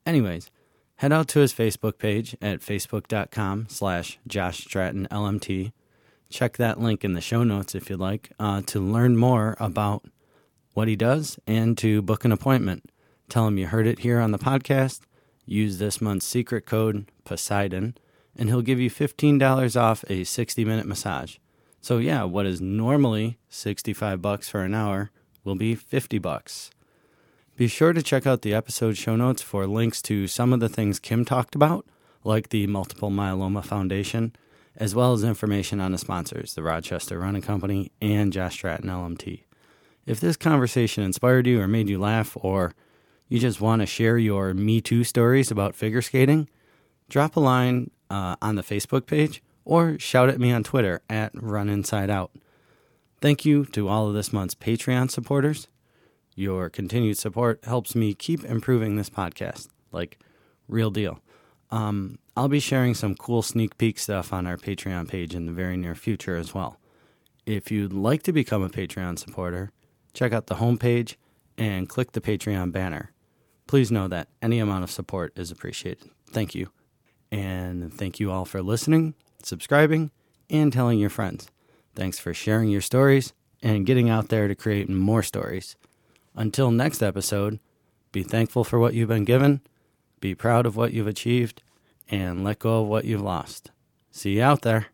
Speaker 1: anyways, head out to his Facebook page at facebook.com slash Josh Stratton LMT. Check that link in the show notes if you'd like uh, to learn more about what he does and to book an appointment. Tell him you heard it here on the podcast
Speaker 3: Use this month's secret code Poseidon, and he'll give you $15 off a 60 minute massage. So, yeah, what is normally 65 bucks for an hour will be 50 bucks. Be sure to check out the episode show notes for links to some of the things Kim talked about, like the Multiple Myeloma Foundation, as well as information on the sponsors, the Rochester Running Company and Josh Stratton LMT. If this conversation inspired you or made you laugh, or you just want to share your Me Too stories about figure skating, drop a line uh, on the Facebook page or shout at me on Twitter at Run Inside Out. Thank you to all of this month's Patreon supporters. Your continued support helps me keep improving this podcast. Like, real deal. Um, I'll be sharing some cool sneak peek stuff on our Patreon page in the very near future as well. If you'd like to become a Patreon supporter, check out the homepage and click the Patreon banner. Please know that any amount of support is appreciated. Thank you. And thank you all for listening, subscribing, and telling your friends. Thanks for sharing your stories and getting out there to create more stories. Until next episode, be thankful for what you've been given, be proud of what you've achieved, and let go of what you've lost. See you out there.